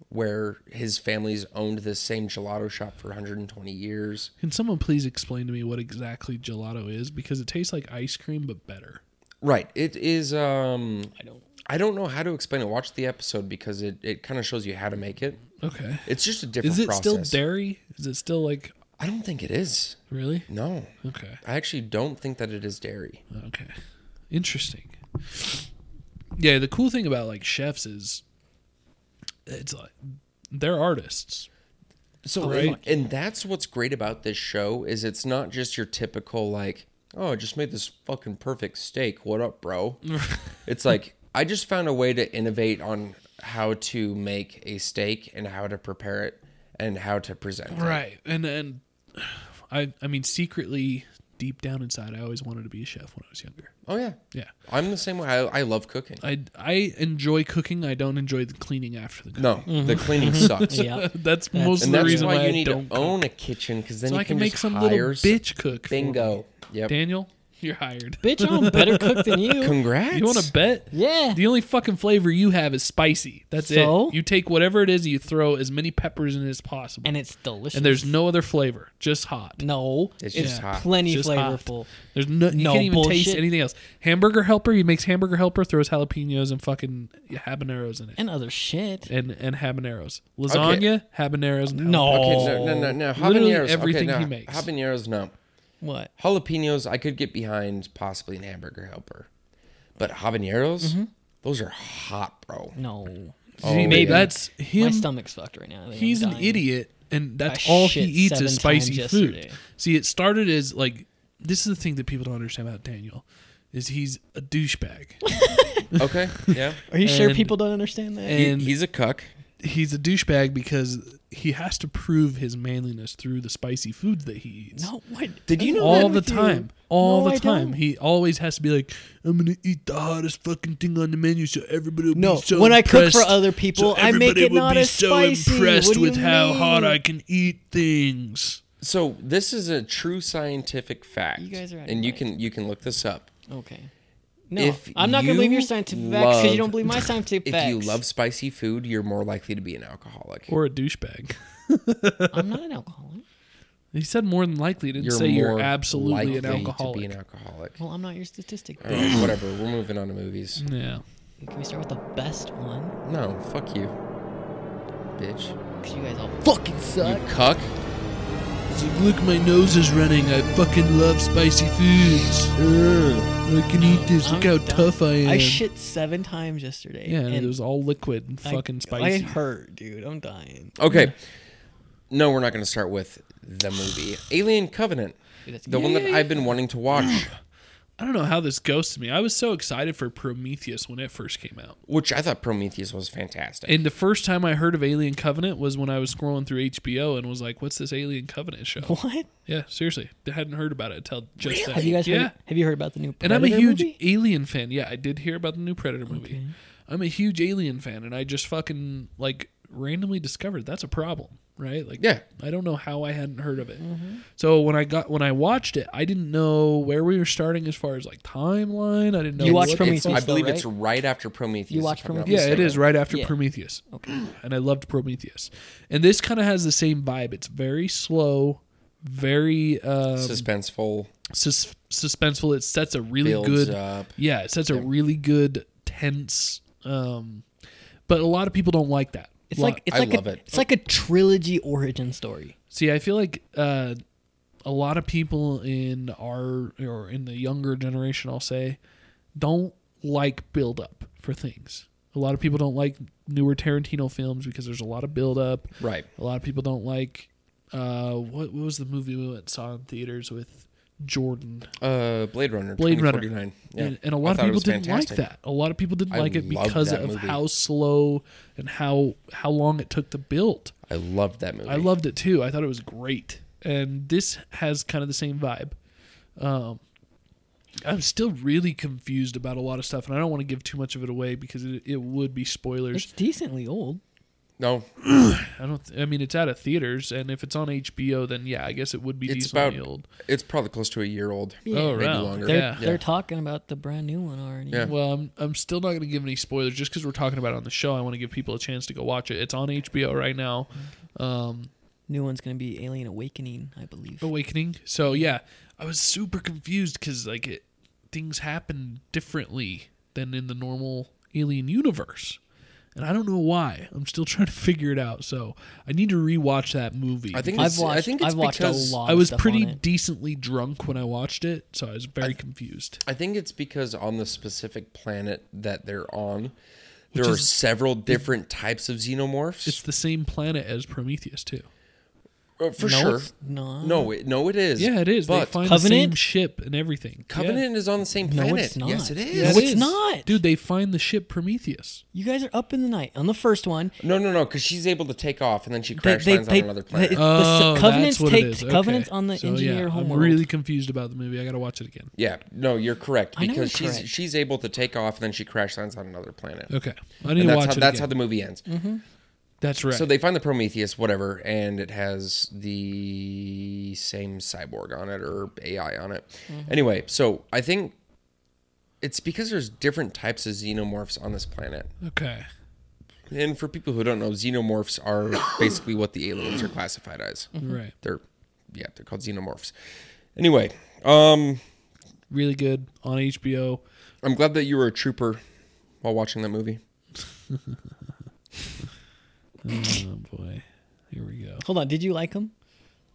where his family's owned this same gelato shop for 120 years. Can someone please explain to me what exactly gelato is? Because it tastes like ice cream, but better. Right. It is. Um, I don't- don't know how to explain it. Watch the episode because it, it kind of shows you how to make it. Okay. It's just a different. Is it still process. dairy? Is it still like I don't think it is. really? No, Okay. I actually don't think that it is dairy. Okay. Interesting. Yeah, the cool thing about like chefs is it's like they're artists. So Right. and that's what's great about this show is it's not just your typical like, oh, I just made this fucking perfect steak. What up, *laughs* bro? it's like I just found a way to innovate on how to make a steak and how to prepare it and how to present it. Right. And and I I mean secretly deep down inside I always wanted to be a chef when I was younger. Oh yeah. Yeah. I'm the same way. I, I love cooking. I I enjoy cooking. I don't enjoy the cleaning after the cooking. No, the cleaning sucks. Yeah. *laughs* That's, most of And Mm-hmm. the that's reason why, why, you I need to don't own a kitchen because then So you I can, can make just some little hire some- bitch cook. for Bingo. Yep. me. Daniel, *laughs* you're hired. Bitch, I'm a better cook than you. Congrats. You want to bet? Yeah. The only fucking flavor you have is spicy. That's So? it. You take whatever it is, you throw as many peppers in as possible, *laughs* And it's delicious. And there's no other flavor, just hot. no. It's It's, just hot. plenty Just hot. flavorful. There's no, you No can't even taste bullshit. anything else. Hamburger Helper, he makes Hamburger Helper, throws jalapenos and fucking habaneros in it, And other shit. and and habaneros. Lasagna, habaneros, and No. jalapeno. Okay, no, no, no, no. Oh. Literally Habaneros. everything okay, no. he makes. Habaneros, no. What? Jalapenos, I could get behind possibly an hamburger helper, but habaneros, Mm-hmm. those are hot, bro. No. Oh, See, yeah. that's My him. stomach's fucked right now. I think I'm He's an dying. idiot, and that's I all he shit eats seven is spicy times food. yesterday. See, it started as like this is the thing that people don't understand about Daniel, is he's a *laughs* douchebag, *laughs* Okay, yeah. Are you sure And- people don't understand that? He- and he's a cuck. he's a douchebag because he has to prove his manliness through the spicy foods that he eats. No, what? Did you know that all the with you? time. All No, the I time. don't. He always has to be like, I'm going to eat the hottest fucking thing on the menu so everybody will No, be so when I cook for impressed- other people, so I make everybody it will not be as so spicy. impressed What do with you how hot mean?" I can eat things. So this is a true scientific fact. You guys are out of and you mind. can you can look this up. Okay. No, If I'm not going you to believe your scientific facts because love- you don't believe my scientific If facts. you love spicy food, you're more likely to be an alcoholic. Or a douchebag. I'm not an alcoholic. He said more than likely. He didn't you're say you're more absolutely an likely alcoholic. To be an alcoholic. Well, I'm not your statistic. All right, whatever. We're moving on to movies. yeah. Can we start with the best one? No, fuck you, bitch. Because you guys all fucking You suck. cuck. It's like, look, my nose is running. I fucking love spicy foods. I can eat this. I'm Look how done. tough I am. I shit seven times yesterday. Yeah, and and it was all liquid and I- fucking I spicy. hurt, dude. I'm dying. Okay. No, we're not going to start with the movie Alien Covenant, Dude, that's the one that I've been wanting to watch, I don't know how this ghosted me. I was so excited for Prometheus when it first came out. which I thought Prometheus was fantastic. And the first time I heard of Alien Covenant was when I was scrolling through HBO and was like, "What's this Alien Covenant show?" What? Yeah, seriously, I hadn't heard about it until just then. Have you guys yeah. heard? Have you heard about the new? and I'm a Predator huge movie? Alien fan. Yeah, I did hear about the new Predator movie. I'm a huge Alien fan, and I just fucking like randomly discovered that's a problem, right? Like, Yeah. I don't know how I hadn't heard of it. Mm-hmm. So when I got when I watched it, I didn't know where we were starting as far as like timeline. I didn't know. You watched what- Prometheus It's- I though, believe right? it's right after Prometheus. You watched if I'm not Prometheus? Yeah, it mistaken. is right after Yeah. Prometheus. Okay. *gasps* And I loved Prometheus. And this kind of has the same vibe. It's very slow, very um, Suspenseful. sus- suspenseful. It sets a really Builds good. up. Yeah, it sets a really good tense. Um, but a lot of people don't like that. It's Lot- like it's I like love a, it. it's like a trilogy origin story. see, I feel like uh, a lot of people in our or in the younger generation, I'll say, don't like build up for things. A lot of people don't like newer Tarantino films because there's a lot of build up. Right. A lot of people don't like. Uh, what, what was the movie we went saw in theaters with Jordan. Uh, Blade Runner. Blade Runner. 2049. Yeah. And, and a I lot of thought it people was didn't fantastic. like that. A lot of people didn't I like it loved because that of movie. how slow and how how long it took to build. I loved that movie. I loved it too. I thought it was great. And this has kind of the same vibe. Um, I'm still really confused about a lot of stuff, and I don't want to give too much of it away because it, it would be spoilers. It's decently old. No, I don't. I mean, it's out of theaters, and if it's on HBO, then yeah, I guess it would be it's decently about old. it's probably close to a year old. oh, maybe right. longer. They're- yeah. They're talking about the brand new one already. Yeah. Well, I'm, I'm still not going to give any spoilers just because we're talking about it on the show. I want to give people a chance to go watch it. It's on HBO right now, um, New one's gonna be Alien Awakening, I believe. Awakening. So yeah, I was super confused because like it, things happen differently than in the normal Alien universe, and I don't know why. I'm still *laughs* trying to figure it out. So I need to rewatch that movie. I think I've it's, I watched- think it's I've watched a because lot. I was stuff on pretty it. decently drunk when I watched it, so I was very confused. I think it's because on the specific planet that they're on, Which there are is- several different types of xenomorphs. It's the same planet as Prometheus too. Uh, for No, sure. it's not. No, it, no, it is. Yeah, it is. But they find the Covenant? same ship and everything. Yeah. Covenant is on the same No, planet. it's not. Yes, it is. No, Yes, it's it is. not. Dude, they find the ship Prometheus. You guys are up in the night on the first one. No, no, no, because she's able to take off and then she They- crash they- lands they- on uh, another planet. they- Oh, the covenants that's what take it is. Okay. covenants on the So, engineer yeah, homeworld. I'm really confused about the movie. I gotta watch it again. yeah, no, you're correct I know because you're she's correct. she's able to take off and then she crash lands on another planet. Okay, I And need to that's watch how it. that's how again. the movie ends. That's right. So they find the Prometheus, whatever, and it has the same cyborg on it or AI on it. Mm-hmm. Anyway, so I think it's because there's different types of xenomorphs on this planet. okay. And for people who don't know, xenomorphs are *coughs* basically what the aliens are classified as. Right. They're yeah, they're called xenomorphs. Anyway, um Really good on HBO. I'm glad that you were a trooper while watching that movie. Oh boy, here we go. Hold on, did you like him?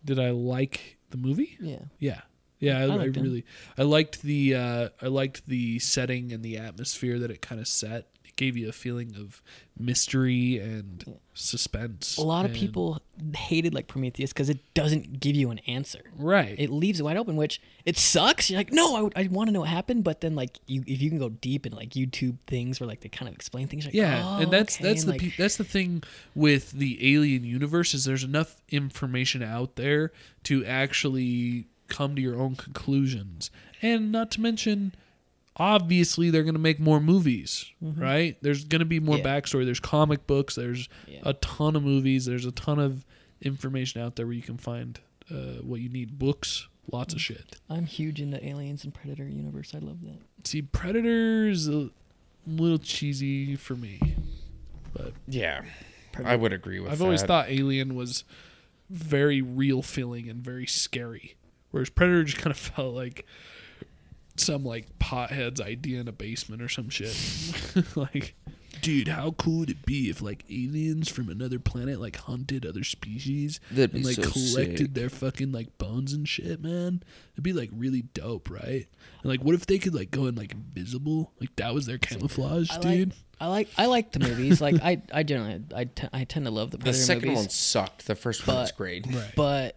Did I like the movie? Yeah. Yeah. Yeah, I, I, liked 'em. really I liked the uh, I liked the setting and the atmosphere that it kind of set. It gave you a feeling of mystery and suspense. A lot of and- people hated like Prometheus because it doesn't give you an answer. right? It leaves it wide open, which it sucks. You're like, no, I, I want to know what happened, but then like you, if you can go deep in like YouTube things where like they kind of explain things, you're like, yeah, oh, and that's okay, that's and, the like, pe that's the thing with the alien universe is there's enough information out there to actually come to your own conclusions, and not to mention. Obviously, they're going to make more movies, right? There's going to be more Mm-hmm. Yeah. backstory. There's comic books. There's Yeah. a ton of movies. There's a ton of information out there where you can find uh, what you need. Books, lots Mm. of shit. I'm huge into aliens and predator universe. I love that. See, Predator's a little cheesy for me. Yeah. I would agree with I've always that. thought Alien was very real feeling and very scary, whereas Predator just kind of *laughs* felt like some like pothead's idea in a basement or some shit. *laughs* like, dude, how cool would it be if like aliens from another planet like hunted other species That'd be and like so collected sick. their fucking like bones and shit, man? It'd be like really dope, right? And like, what if they could like go in like invisible? Like that was their camouflage, I dude. like, I like I like the movies. like I I generally I, te- I tend to love the the predator second movies, one sucked. The first one was *laughs* but- great. right. but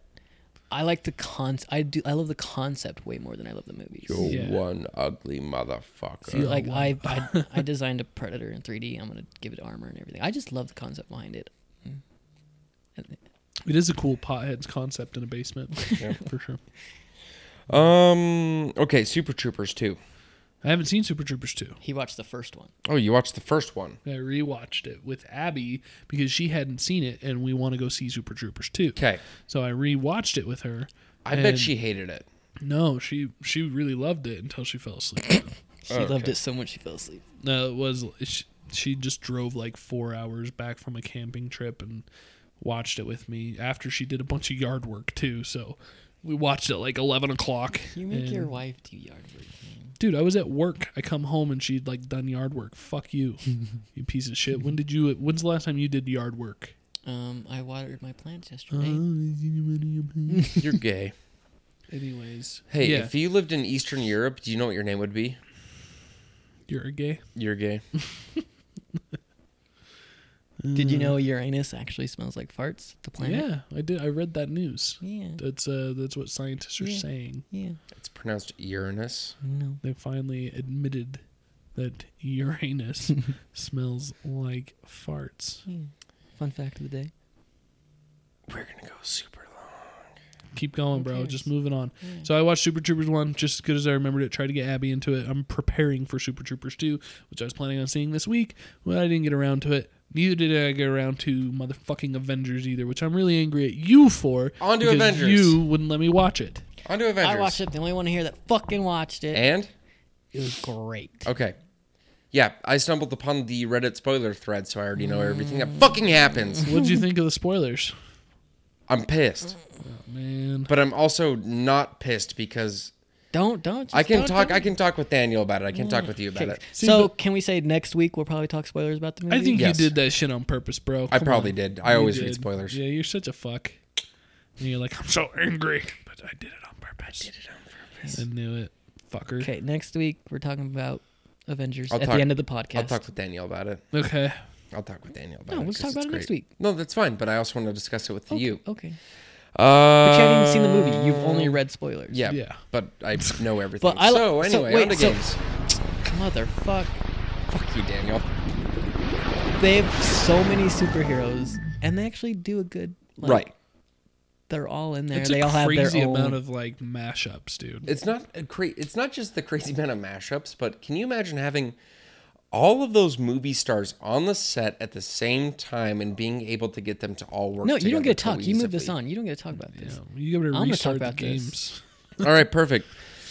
I like the con. I do I love the concept way more than I love the movies. You're Yeah. one ugly motherfucker. See, like I, I, *laughs* I designed a predator in 3D. I'm gonna give it armor and everything. I just love the concept behind it. It is a cool potheads concept in a basement, *laughs* for sure. um. Okay, Super Troopers two. I haven't seen Super Troopers 2. He watched the first one. Oh, you watched the first one. I rewatched it with Abby because she hadn't seen it and we want to go see Super Troopers 2. 'Kay. So I rewatched it with her. I bet and- she hated it. No, she she really loved it until she fell asleep. *coughs* Oh, She loved it so much she fell asleep. no, it was she, she just drove like 4 hours back from a camping trip and watched it with me after she did a bunch of yard work too. So we watched it like 11 o'clock. You make and- your wife do yard work. man. dude, I was at work. I come home and she'd like done yard work. Fuck *laughs* you, you piece of shit. When did you? When's the last time you did yard work? Um, I watered my plants yesterday. You're *laughs* gay. Anyways, Mm. Hey, yeah, if you lived in Eastern Europe, do you know what your name would be? you're gay. You're gay. Uh, Did you know Uranus actually smells like farts? The planet. Yeah, I did. I read that news. Yeah. That's uh, that's what scientists are saying. Yeah. It's pronounced Uranus. No. They finally admitted that *laughs* Uranus smells like farts. Fun fact of the day. We're gonna go super long. Keep going, bro. Just moving on. So I watched Super Troopers one just as good as I remembered it. Tried to get Abby into it. I'm preparing for Super Troopers two, which I was planning on seeing this week, but I didn't get around to it. Neither did I get around to motherfucking Avengers either, which I'm really angry at you for. On to because Avengers. You wouldn't let me watch it. On to Avengers. Eh. I watched it. The only one here that fucking watched it. And it was great. okay, yeah, I stumbled upon the Reddit spoiler thread, so I already know everything that Mm. fucking happens. What'd *laughs* you think of the spoilers? I'm pissed, Man, but I'm also not pissed because Don't don't. Just I can don't, talk. don't. I can talk with Daniel about it. I can Mm. talk with you about it. so can we say next week we'll probably talk spoilers about the movie? I think Yes. you did that shit on purpose, bro. I Come probably on. did. I You always read did. spoilers. Yeah, you're such a fuck. And you're like, I'm so angry, but I did it on purpose. I did it on purpose. I knew it, fucker. Okay, next week we're talking about Avengers I'll at talk- the end of the podcast. I'll talk with Daniel about it. Okay. I'll talk with Daniel about No, it. let's 'cause talk about it's it next great. week. No, that's fine, but I also wanted to discuss it with okay, you. Okay. Uh, But you haven't even seen the movie. You've only read spoilers. Yeah, Yeah. but *laughs* I know everything. I- so so, anyway, wait, on to so- games. Motherfuck. Fuck you, Daniel. They have so many superheroes, and they actually do a good. Like, right. They're all in there. It's they a all have their crazy own. amount of like mashups, dude. It's not a cra- It's not just the crazy amount of mashups, but can you imagine having all of those movie stars on the set at the same time and being able to get them to all work? no, you don't together get to talk. You move this cohesively? on. You don't get to talk about this. you got to gonna restart talk about the this. games. All right, perfect.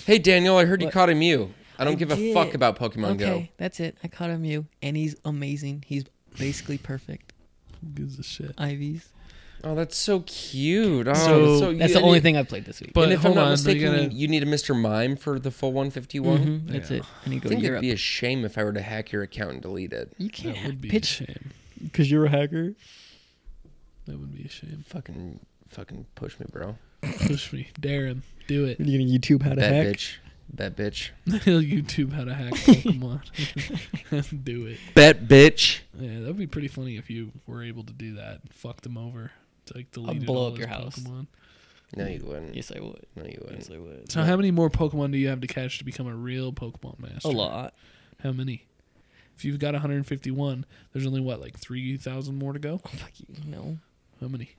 Hey, Daniel, I heard you What? caught a Mew. I don't I give a did. fuck about Pokemon okay, that's it. I caught him you, and he's amazing. He's basically perfect. Who gives a shit? Ivy's. Go. Oh, that's so cute. Oh, So- that's, so That's you- the only thing I've played this week. But And if hold I'm not on, they mistaken, gotta- you need a Mr. Mime for the full 151. Mhm, That's it. I need I to go think it'd to Europe. be a shame if I were to hack your account and delete it. you can't That would be pitch a shame. because you're a hacker. That would be a shame. Fucking, fucking push me, bro. Push me, Darren. Do it. *laughs* You're gonna YouTube how to That hack. bitch. That bitch. He'll YouTube how to hack *laughs* Pokemon. *laughs* do it. Bet bitch. Yeah, that would be pretty funny if you were able to do that. and Fuck them over. It's like deleted blow all up his your house. Pokemon. No, you wouldn't. Yes, I would. No, you wouldn't. Yes, I would. So how many more Pokemon do you have to catch to become a real Pokemon master? A lot. How many? If you've got 151, there's only what like 3,000 more to go. Fuck you. No. How many?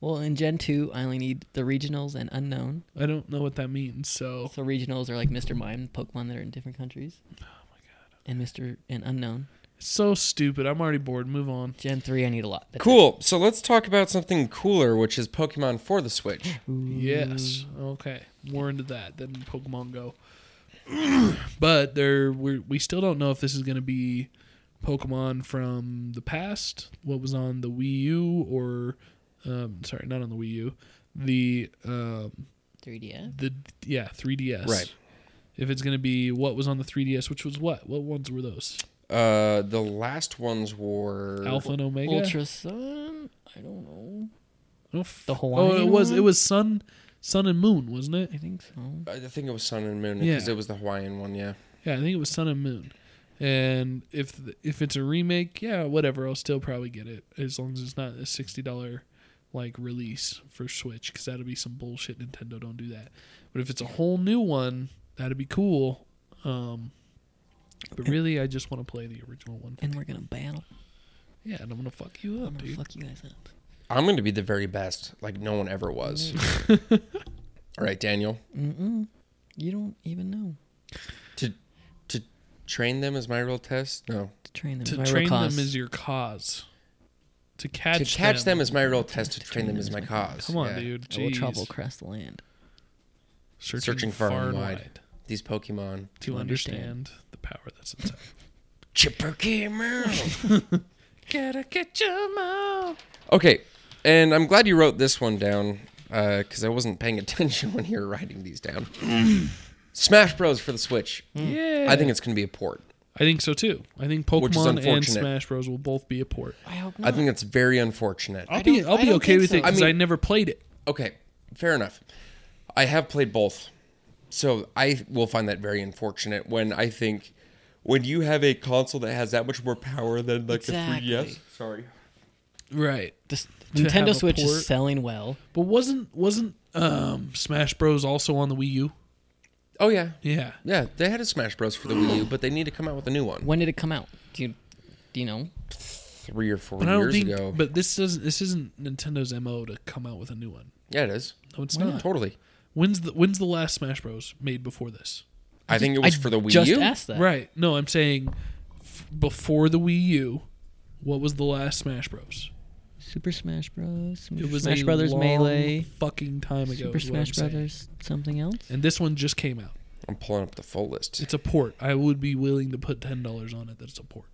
Well, in Gen 2, I only need the regionals and unknown. I don't know what that means. So So regionals are like Mr. Mime, Pokemon that are in different countries. Oh my god. And Mr. and unknown. it's so stupid. I'm already bored. Move on. Gen 3, I need a lot. That's it. Cool. So let's talk about something cooler, which is Pokemon for the Switch. Mm. Yes. Okay. More into that than Pokemon Go. *clears throat* but there, we we still don't know if this is going to be Pokemon from the past, what was on the Wii U, or um, sorry, not on the Wii U, the um, 3DS. the yeah 3DS. Right. If it's going to be what was on the 3DS, which was what? What ones were those? Uh, the last ones were Alpha and Omega. Ultra Sun. I don't know. Oh, f- Oh, The it Hawaiian was one? it was Sun, Sun and Moon, wasn't it? I think so. I think it was Sun and Moon because Yeah. it was the Hawaiian one. Yeah. Yeah, I think it was Sun and Moon. And if th- if it's a remake, yeah, whatever, I'll still probably get it as long as it's not a sixty dollar like release for Switch because that'd be some bullshit. Nintendo don't do that. But if it's a whole new one, that'd be cool. Um, but really, I just want to play the original one. And we're gonna battle. Yeah, and I'm gonna fuck you I'm up, gonna Oh, dude. fuck you guys up. I'm going to be the very best, like no one ever was. All right, Daniel. You don't even know. To to train them is my real test. No. To train them. To is my real train them cause. is your cause. To catch To catch them them is my real test. To train them is my cause. Come on, Yeah. dude. I will Jeez. travel across the land. Searching, Searching far, and wide. These Pokemon. to understand. understand the power that's inside. Chipperkimmer. Gotta get your mom. Okay, and I'm glad you wrote this one down because I wasn't paying *laughs* attention when you were writing these down. *clears throat* Smash Bros for the Switch. Yeah. I think it's going to be a port. I think so too. I think Which is Pokemon and unfortunate. Smash Bros will both be a port. I hope I think that's very unfortunate. I'll be I'll I be don't okay think with it so. I because I, mean- never played it. Okay, fair enough. I have played both, so I will find that very unfortunate when I think when you have a console that has that much more power than like the 3DS. Exactly. Sorry. right. This To have a Nintendo Switch port. is selling well. But wasn't wasn't um, Smash Bros also on the Wii U? Oh yeah, Yeah. yeah. They had a Smash Bros for the Wii U, but they need to come out with a new one When did it come out? Do you, do you know? three or four But I don't years think. ago. But this doesn't. This isn't Nintendo's mo to come out with a new one. yeah, it is. No, it's Yeah, not. totally. When's the When's the last Smash Bros made before this? I think it was I for the Wii just U. asked that. Right. No, I'm saying f- before the Wii U. What was the last Smash Bros? Super Smash Bros. It was Smash a Brothers long Melee. Fucking time ago. Super is what I'm Smash saying. Brothers. Something else. And this one just came out. I'm pulling up the full list. It's a port. I would be willing to put ten dollars on it that it's a port.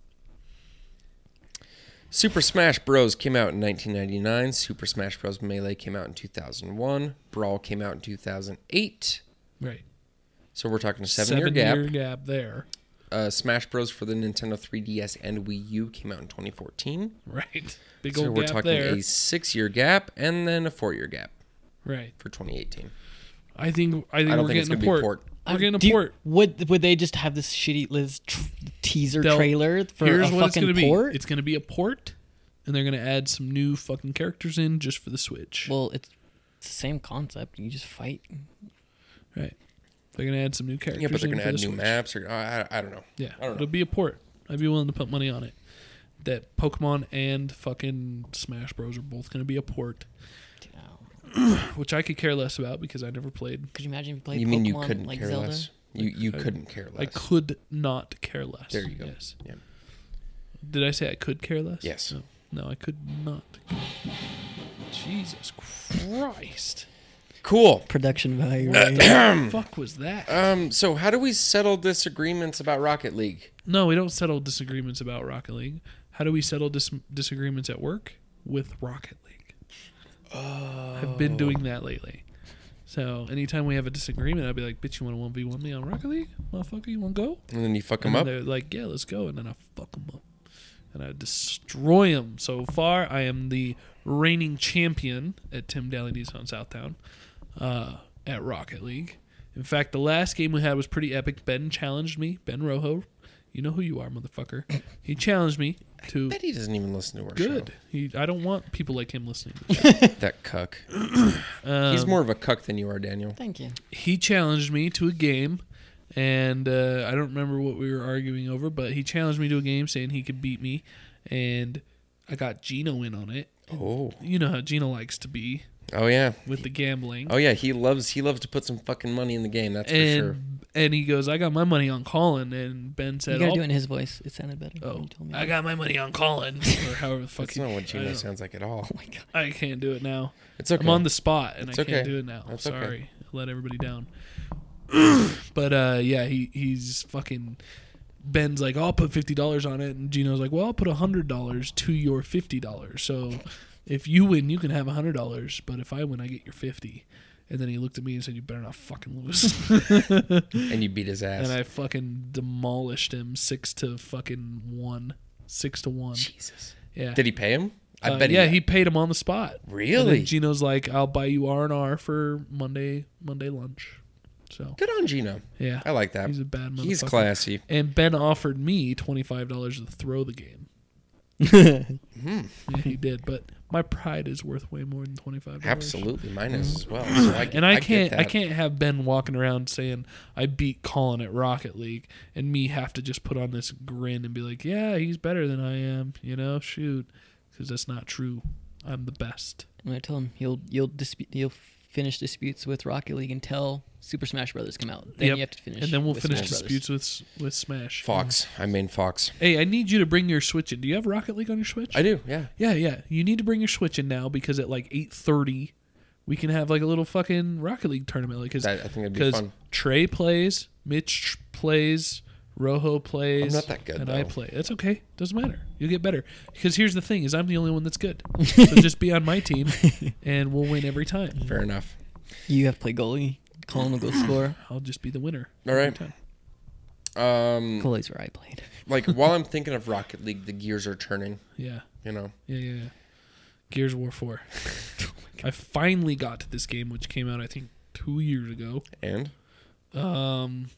Super Smash Bros. came out in 1999. Super Smash Bros. Melee came out in 2001. Brawl came out in 2008. Right. So we're talking a seven-year gap. year gap there. *laughs* Uh, Smash Bros. for the Nintendo 3DS and Wii U came out in 2014. Right. Big So old we're gap talking there. a six-year gap and then a four-year gap Right. for 2018. I think I think I don't we're think it's getting a gonna port. be We're getting a Do you- port. would would they just have this shitty Liz tr- teaser They'll- trailer for Here's a what it's fucking gonna port? be. It's gonna be a port, and they're gonna add some new fucking characters in just for the Switch. well, it's, it's the same concept. You just fight. right. They're gonna add some new characters. Yeah, but they're in going to add for the new Switch. maps. Or, I, I, I don't know. Yeah, I don't it'll know. be a port. I'd be willing to put money on it. That Pokemon and fucking Smash Bros are both gonna be a port, which I could care less about because I never played. Could you imagine if you played You mean you Pokemon couldn't like care Zelda? less? You you couldn't care less. I could not care less. There you go. Yes. Yeah. Did I say I could care less? Yes. No, no I could not. Jesus Christ. Cool. Production value. What right? the fuck was that? Um. So how do we settle disagreements about Rocket League? no, we don't settle disagreements about Rocket League. How do we settle dis- disagreements at work? With Rocket League. I've been doing that lately. So anytime we have a disagreement, I'll be like, bitch, you want to 1v1 me on Rocket League? Motherfucker, you want to go? And then you fuck them And up. They're like, yeah, let's go. And then I fuck them up. And I destroy them. So far, I am the reigning champion at Tim Daly's on Southtown uh, at Rocket League. In fact, the last game we had was pretty epic. Ben challenged me. Ben Rojo. You know who you are, motherfucker. He challenged me to. Bet he doesn't even listen to our Good. He, I don't want people like him listening. show. That *clears throat* cuck. Um, He's more of a cuck than you are, Daniel. Thank you. he challenged me to a game and uh, i don't remember what we were arguing over but he challenged me to a game saying he could beat me and i got gino in on it Oh. you know how gino likes to be Oh yeah. with the gambling Oh yeah. He loves he loves to put some fucking money in the game. That's and for sure. and he goes i got my money on colin and ben You said gotta "I'll- do it in his voice. It sounded better. when oh, you told me. i got my money on colin or however the fuck That's he- not what I Gino don't- sounds like at *laughs* all. I can't do it now. It's okay. I'm on the spot and It's I can't okay. do it now. That's okay. Sorry. I let everybody down. *clears throat* but uh yeah, he he's fucking Ben's like, I'll put fifty dollars on it and Gino's like, Well, I'll put hundred dollars to your fifty dollars. So if you win, you can have hundred dollars, but if I win I get your fifty. And then he looked at me and said, You better not fucking lose *laughs* And you beat his ass. And I fucking demolished him six to fucking one. Six to one. Jesus. Yeah. Did he pay him? I Uh, bet. yeah, he, he paid him on the spot. And really then Gino's like, I'll buy you R and R for Monday Monday lunch. So good on Gino. yeah, I like that. He's a bad motherfucker. He's classy. And Ben offered me twenty five dollars to throw the game. *laughs* Hmm. yeah, he did, but my pride is worth way more than twenty five dollars. Absolutely, mine is as *clears throat* well. So I, And I, get can't I that. can't have Ben walking around saying I beat Colin at Rocket League and me have to just put on this grin and be like, yeah, he's better than I am, you know, shoot, because that's not true. I'm the best. I'm gonna tell him you'll you'll dispute you'll finish disputes with Rocket League until Super Smash Brothers come out. Then Yep. you have to finish. And then we'll with finish Smash Brothers. disputes with with Smash. Fox. I mean Fox. Hey, I need you to bring your Switch in. Do you have Rocket League on your Switch? I do. Yeah. yeah, yeah. You need to bring your Switch in now because at like eight thirty, we can have like a little fucking Rocket League tournament. Like, cause, That- I think that'd be 'cause fun. Trey plays, Mitch plays, Rojo plays. I'm not that good, and I though. play. It's okay. Doesn't matter. You'll get better. Because here's the thing: is I'm the only one *laughs* that's good. so just be on my team, and we'll win every time. Fair enough. You have to play goalie. Colin will go *laughs* score. I'll just be the winner. All right. Um, Goalie's where I played. like while I'm thinking of Rocket League, the gears are turning. Yeah. You *laughs* know, Yeah, yeah, yeah. Gears of War *laughs* 4. I finally got to this game, which came out, I think, two years ago. and Um,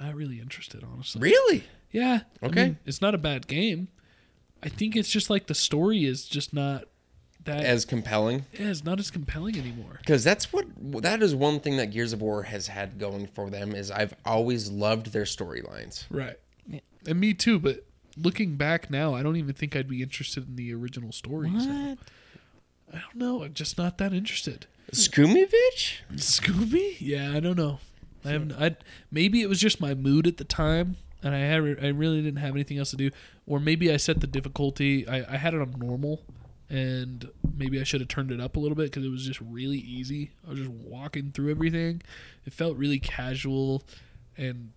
not really interested, honestly. really, Yeah. I Okay. mean, it's not a bad game. I think it's just like the story is just not that as compelling yeah, it's not as compelling anymore. because that's what that is one thing that Gears of War has had going for them is I've always loved their storylines. Right. And me too, but looking back now, I don't even think I'd be interested in the original stories. What? I don't know. I'm just not that interested. Scoomovich? Scooby? Yeah, I don't know. I have I maybe it was just my mood at the time, and I had I really didn't have anything else to do, or maybe I set the difficulty. I, I had it on normal, and maybe I should have turned it up a little bit because it was just really easy. I was just walking through everything. It felt really casual, and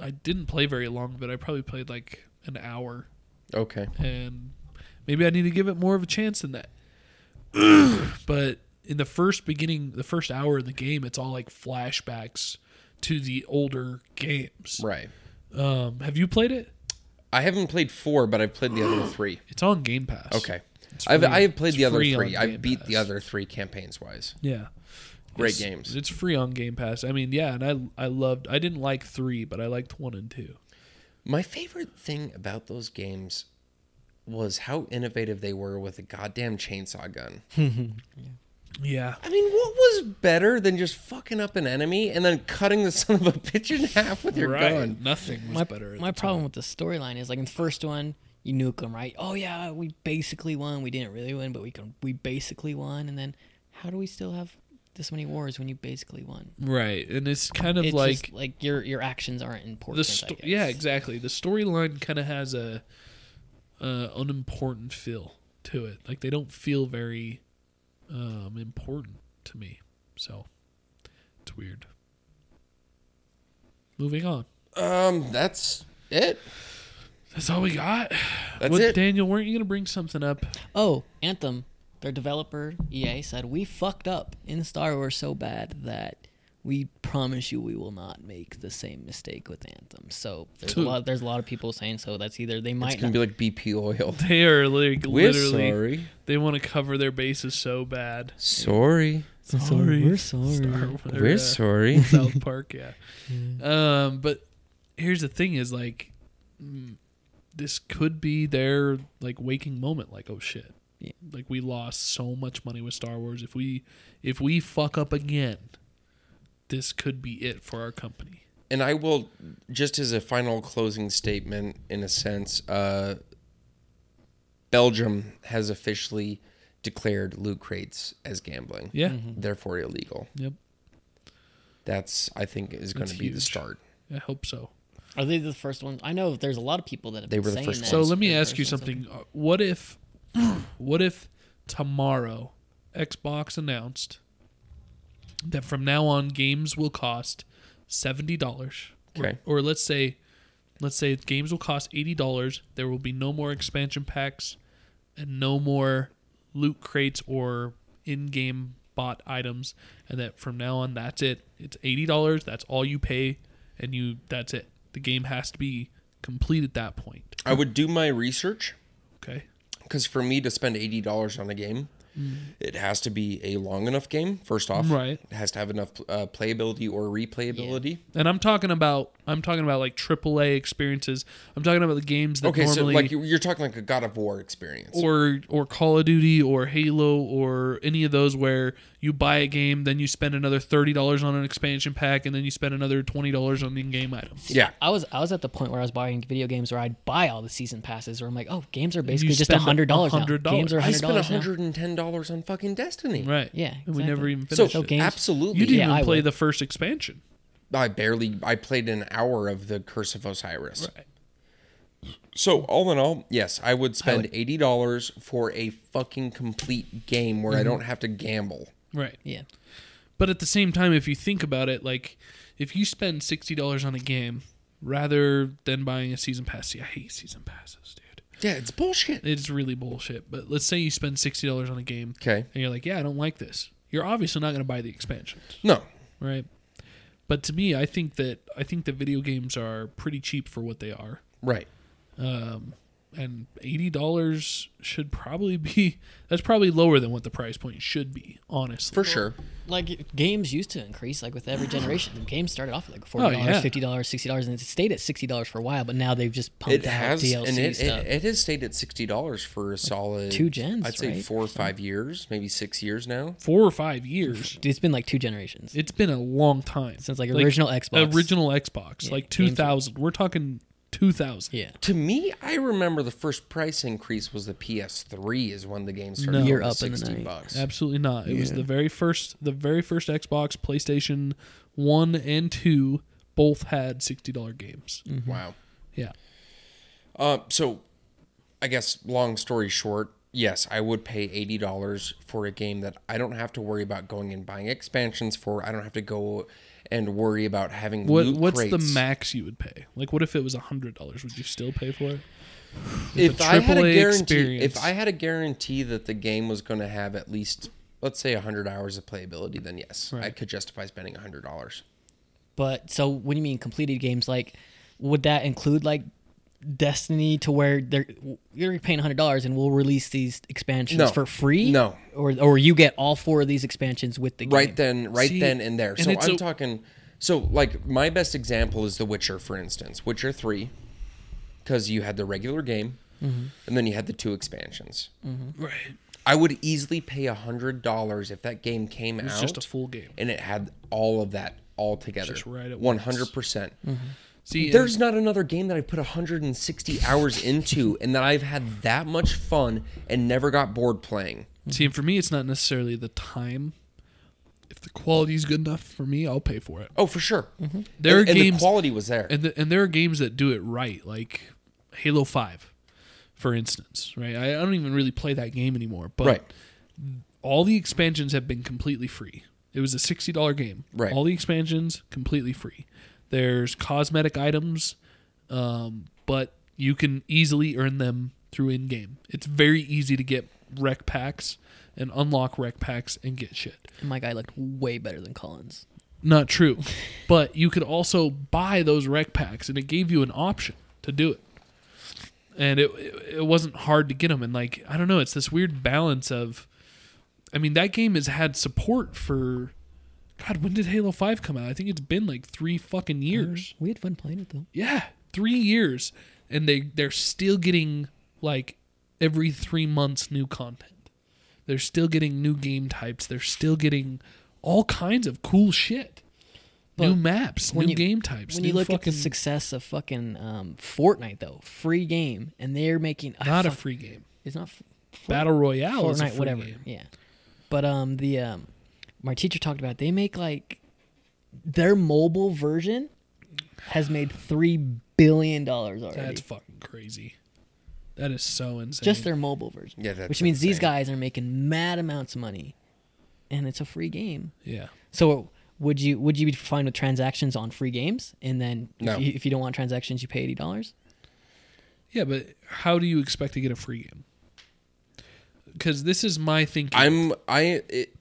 I didn't play very long, but I probably played like an hour, Okay. and maybe I need to give it more of a chance than that. *clears throat* but in the first beginning, the first hour of the game, it's all like flashbacks to the older games. Right. Um, have you played it? I haven't played four, but I've played the *gasps* other three. It's on Game Pass. Okay. I've I have played It's the other free on three. I Game beat the Pass. other three campaigns wise. Yeah. Great It's- games. It's free on Game Pass. I mean, yeah, and I I loved. I didn't like three, but I liked one and two. My favorite thing about those games was how innovative they were with a goddamn chainsaw gun. Yeah. I mean, what was better than just fucking up an enemy and then cutting the son of a bitch in half with your gun? Nothing was My, better. at my the problem with the storyline is like in the first one, you nuke them, right? Oh yeah, we basically won. We didn't really win, but we can. We basically won, and then how do we still have this many wars when you basically won? time. Right, and it's kind of It's like just like your your actions aren't important. the I sto- guess. yeah exactly the storyline kind of has a uh, unimportant feel to it like they don't feel very um, important to me so it's weird moving on Um, that's it. that's all we got That's what it. daniel weren't you gonna bring something up *laughs* Oh, Anthem, their developer EA said we fucked up in Star Wars so bad that we promise you we will not make the same mistake with Anthem. So there's a Dude. lot there's a lot of people saying so that's either they It's might gonna not, be like BP oil. they are like We're *laughs* literally sorry. they want to cover their bases so bad Sorry. sorry we're sorry. Star- We're uh, sorry. *laughs* South Park, yeah. Um, but here's the thing: is like mm, this could be their like waking moment. Like, oh shit, Yeah. like we lost so much money with Star Wars. If we if we fuck up again, this could be it for our company. and I will just as a final closing statement, in a sense, uh, Belgium has officially declared loot crates as gambling, Mm-hmm. Yeah. therefore illegal. Yep. That's I think is going to That's be the huge. start. I hope so. Are they the first ones? I know there's a lot of people that have They been were the saying first that. So ones. let me They're the ask you first ones. something. Uh, What if, *clears throat* what if tomorrow Xbox announced that from now on games will cost seventy dollars, Okay. or, or let's say, let's say games will cost eighty dollars. There will be no more expansion packs, and no more loot crates or in-game bought items, and that from now on that's it. It's eighty dollars. That's all you pay, and you that's it. The game has to be complete at that point. I would do my research Okay. because for me to spend eighty dollars on a game, it has to be a long enough game. First off, Right. It has to have enough uh, playability or replayability. And I'm talking about I'm talking about like AAA experiences. I'm talking about the games that Okay, normally so like you- you're talking like a God of War experience. or or Call of Duty or Halo or any of those where you buy a game, then you spend another thirty dollars on an expansion pack, and then you spend another twenty dollars on the in-game item. yeah, I was I was at the point where I was buying video games where I'd buy all the season passes where I'm like, oh, games are basically just spend hundred dollars now. $100. Games are I hundred spent dollars now. hundred and ten dollars on fucking Destiny. Right. Yeah, And we never exactly. So, even finished it. games- absolutely, You didn't Yeah, even I play would. the first expansion. I barely. I played an hour of the Curse of Osiris. So all in all, yes, I would spend eighty dollars for a fucking complete game where I don't have to gamble. Right. Yeah. But at the same time, if you think about it, like if you spend sixty dollars on a game rather than buying a season pass, see, I hate season passes, dude. Yeah, it's bullshit. It's really bullshit. But let's say you spend sixty dollars on a game, Okay. and you're like, "Yeah, I don't like this." You're obviously not going to buy the expansions, No, right? But to me, I think that I think that video games are pretty cheap for what they are, right. and eighty dollars should probably be *laughs* that's probably lower than what the price point should be, honestly. for sure. Like games used to increase, like with every generation. Games started off at like forty dollars, Oh, yeah. fifty dollars, sixty dollars, and it stayed at sixty dollars for a while. But now they've just pumped It out has, DLC and it, stuff. it, it has stayed at sixty dollars for a solid two gens, I'd say right? four or five years, maybe six years now. Four or five years. Dude, it's been like two generations. It's been a long time. Since, like, original Xbox. Original Xbox. like two games were- thousand. We're talking two thousand. yeah, To me, I remember the first price increase was the PS3 is when the game started. No. going You're to up in the sixty night. bucks. Absolutely not. It was the very first the very first Xbox, PlayStation one and two both had sixty dollar games. Mm-hmm. Wow. Yeah. Uh, so, I guess long story short, yes, I would pay eighty dollars for a game that I don't have to worry about going and buying expansions for. I don't have to go and worry about having What loot what's the crates. max you would pay? Like what if it was a hundred dollars? Would you still pay for it? if I had a AAA guarantee, experience. if I had a guarantee that the game was going to have at least let's say 100 hours of playability then yes i Right. could justify spending $100 but so what do you mean completed games? Like, would that include like Destiny to where they're you're paying hundred dollars and we'll release these expansions No. for free? No. or or you get all four of these expansions with the right game. then right See, then and there and so it's i'm a- talking so like my best example is the witcher for instance witcher 3 because you had the regular game Mm-hmm. and then you had the two expansions Right. i would easily pay $100 if that game came out It's just a full game. and it had all of that all together Just right at once. 100% percent See, and- There's not another game that I put 160 hours *laughs* into and that I've had that much fun and never got bored playing. See, and for me, it's not necessarily the time. If the quality's good enough for me, I'll pay for it. Oh, for sure. Mm-hmm. There and, are and games, the quality was there. and, the, and there are games that do it right, like Halo Five, for instance. Right, I, I don't even really play that game anymore, but Right. all the expansions have been completely free. It was a sixty dollar game. Right. all the expansions completely free. There's cosmetic items, um, but you can easily earn them through in game. It's very easy to get rec packs and unlock rec packs and get shit. my guy looked way better than Collins. Not true. but you could also buy those rec packs, and it gave you an option to do it. And it it- it wasn't hard to get them. And like I don't know, it's this weird balance of, I mean, that game has had support for, God, when did Halo Five come out? I think it's been like three fucking years. We had fun playing it though. Yeah, three years, and they they're still getting like every three months new content. They're still getting new game types. They're still getting all kinds of cool shit. new But maps, new game types. When new you look fucking, at the success of fucking um, Fortnite, though, free game, and they're making I not a fuck- free game. It's not f- Fort- Battle Royale Fortnite, is a free whatever. game. Yeah, but um, the um, my teacher talked about it. they make like their mobile version has made three billion dollars already. That's fucking crazy. That is so insane. just their mobile version. Yeah, that's which means these insane. guys are making mad amounts of money, and it's a free game. yeah. So would you would you be fine with transactions on free games? And then No. if, you, if you don't want transactions, you pay eighty dollars. Yeah, but how do you expect to get a free game? Because this is my thinking. I'm I it,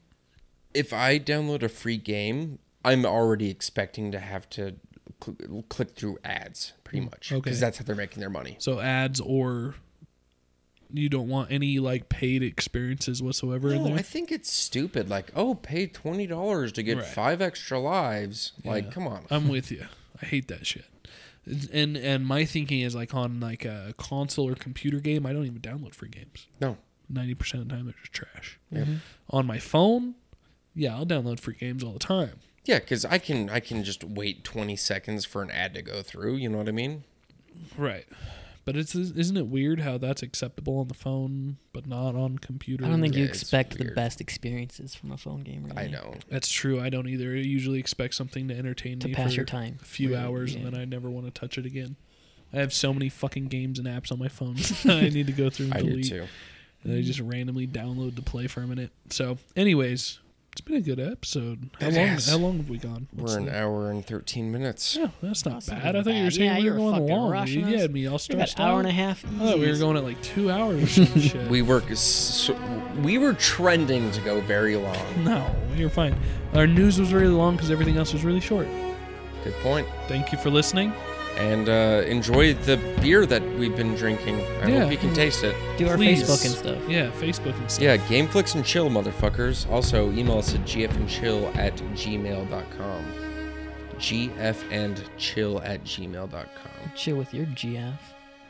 if I download a free game, I'm already expecting to have to cl- click through ads pretty much because Mm, okay. that's how they're making their money. So ads or you don't want any like paid experiences whatsoever in No, there. I think it's stupid. Like, oh, pay twenty dollars to get Right. Uh, five extra lives. Like, come on. *laughs* I'm with you. I hate that shit. And and my thinking is like on like a console or computer game, I don't even download free games. no, Ninety percent of the time, they're just trash. On my phone, yeah, I'll download free games all the time. Yeah, because I can I can just wait twenty seconds for an ad to go through. You know what I mean? Right. But it's isn't it weird how that's acceptable on the phone but not on computer? I don't think you Yeah, it's expect the weird. best experiences from a phone game. Really. Mm. I know. That's true. I don't either. I usually expect something to entertain To me pass for your time. a few Really, hours, and yeah. then I never want to touch it again. I have so many fucking games and apps on my *laughs* phone. *laughs* I need to go through and I do delete. too. And I just randomly download to play for a minute. So, anyways, it's been a good episode. How It long? has. How long have we gone? What's We're an the- hour and thirteen minutes. Yeah, that's not That's not bad. I even thought you were bad. saying Yeah, we you were were going fucking long. rushing Dude. You us. had me all About stressed an hour and a out. half. I thought we were going at like two hours. or *laughs* some shit. We were s- we were trending to go very long. no, you're fine. Our news was really long because everything else was really short. Good point. Thank you for listening. and uh, enjoy the beer that we've been drinking. I Yeah. hope you can taste it. Do our Please. Facebook and stuff. Yeah, Facebook and stuff. Yeah, Gameflix and Chill, motherfuckers. Also, email us at gfandchill at gmail.com. gfandchill at gmail.com. Chill with your GF.